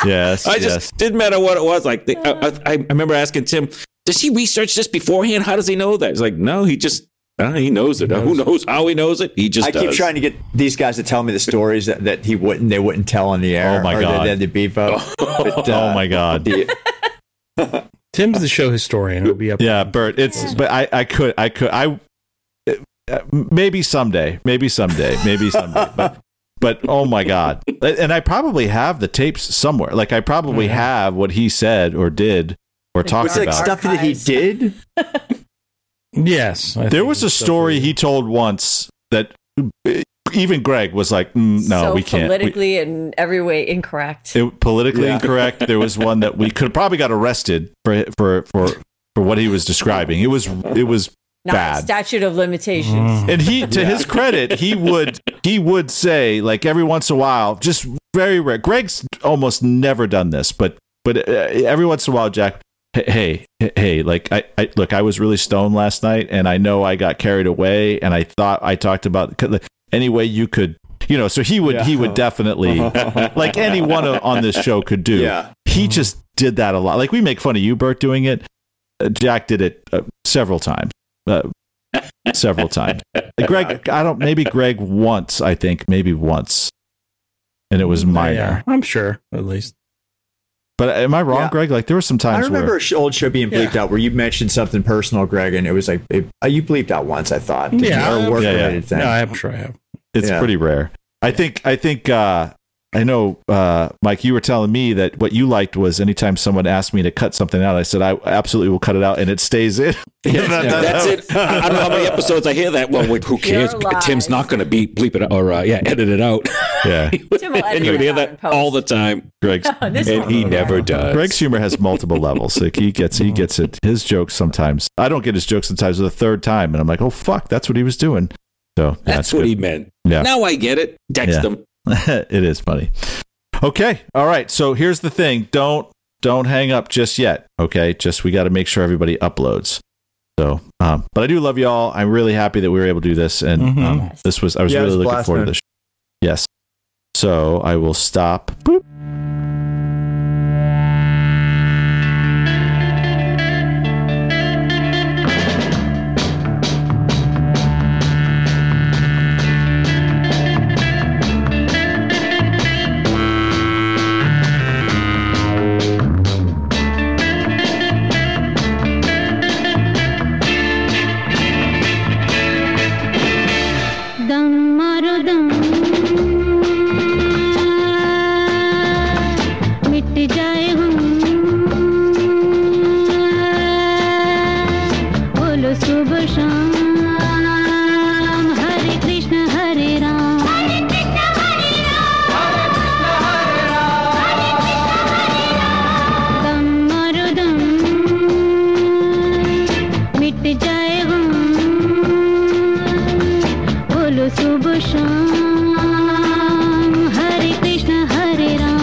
Yes, I just yes. didn't matter what it was. Like the, I, I, I remember asking Tim, does he research this beforehand? How does he know that? He's like, no, he just uh, he knows it. Who knows how he knows it? He just. I keep does. trying to get these guys to tell me the stories that, that he wouldn't they wouldn't tell on the air. Oh, my or God. They had to beef up. But, oh uh, my god. the- Tim's the show historian. It'll be up. Yeah, Bert. It's but I I could I could I uh, maybe someday maybe someday maybe someday but But oh my god! And I probably have the tapes somewhere. Like I probably have what he said or did or talked It's It's about. like stuff that he Archives. did. Yes. I There think was a it's stuff story we- he told once that uh, even Greg was like, mm, "No, so we can't." We- Politically and every way incorrect. it, politically incorrect. There was one that we could probably got arrested for for for for what he was describing. It was it was Not bad. statute of limitations. and he to his credit he would he would say like every once in a while just very rare greg's almost never done this but but uh, every once in a while jack hey hey, hey like I, I look i was really stoned last night and i know i got carried away and i thought i talked about any way you could you know so he would he would definitely like anyone on this show could do Yeah. he just did that a lot like we make fun of you bert doing it Uh, jack did it uh, several times uh, several times. Uh, Greg, I don't. Maybe Greg once. I think maybe once, and it was minor. Yeah, I'm sure, at least. But am I wrong, Yeah. Greg? Like there were some I times remember where an old show being bleeped out where you mentioned something personal, Greg, and it was like it, uh, you bleeped out once. I thought, didn't Yeah, you? or I'm- a work Yeah, yeah. related thing. No, I'm sure I have. it's yeah. pretty rare. I think. I think. uh I know, uh, Mike. You were telling me that what you liked was anytime someone asked me to cut something out, I said I absolutely will cut it out, and it stays in. That's it. I I don't know how many episodes I hear that. Well, wait, who cares? alive. Tim's not going to be bleep it out or uh, yeah, edit it out. Yeah. Tim will edit and you it hear out in that post. all the time. Greg's This And one he was never bad. does. Greg's humor has multiple levels. Like he gets he gets it his jokes sometimes. I don't get his jokes sometimes the third time, and I'm like, oh fuck, that's what he was doing. So yeah, That's it's what good. he meant. Yeah. Now I get it. Text Yeah. him. it is funny. Okay. All right. So here's the thing. Don't don't hang up just yet. Okay. Just we got to make sure everybody uploads. So, um, but I do love y'all. I'm really happy that we were able to do this, and Mm-hmm. Mhm. um, this was I was Yeah, it really was a looking blast, forward man. to this. Yes. So I will stop. Boop. दम मारो दम मिट जाए हम बोलो सुबह शाम हरे कृष्ण हरे राम हरे कृष्ण हरे राम दम मारो दम मिट जाए हम बोलो सुबह शाम हरे कृष्ण हरे राम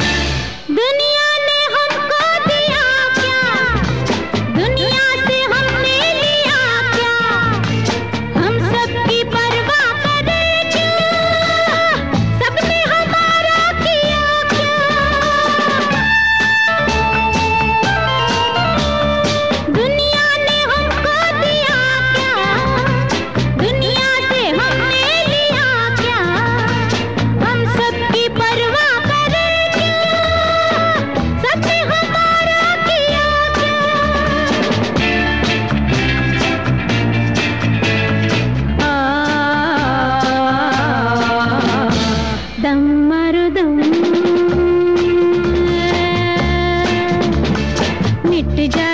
दुनिया ने हमको दिया क्या दुनिया से हमने लिया क्या हम सबकी परवाह करे क्यों सबने हमारा किया क्या दुनिया ने हमको दिया क्या दुनिया से हमने लिया क्या हम सबकी परवाह करे क्यों सच हमारा किया क्या? आ, दम मारो दम मिट जा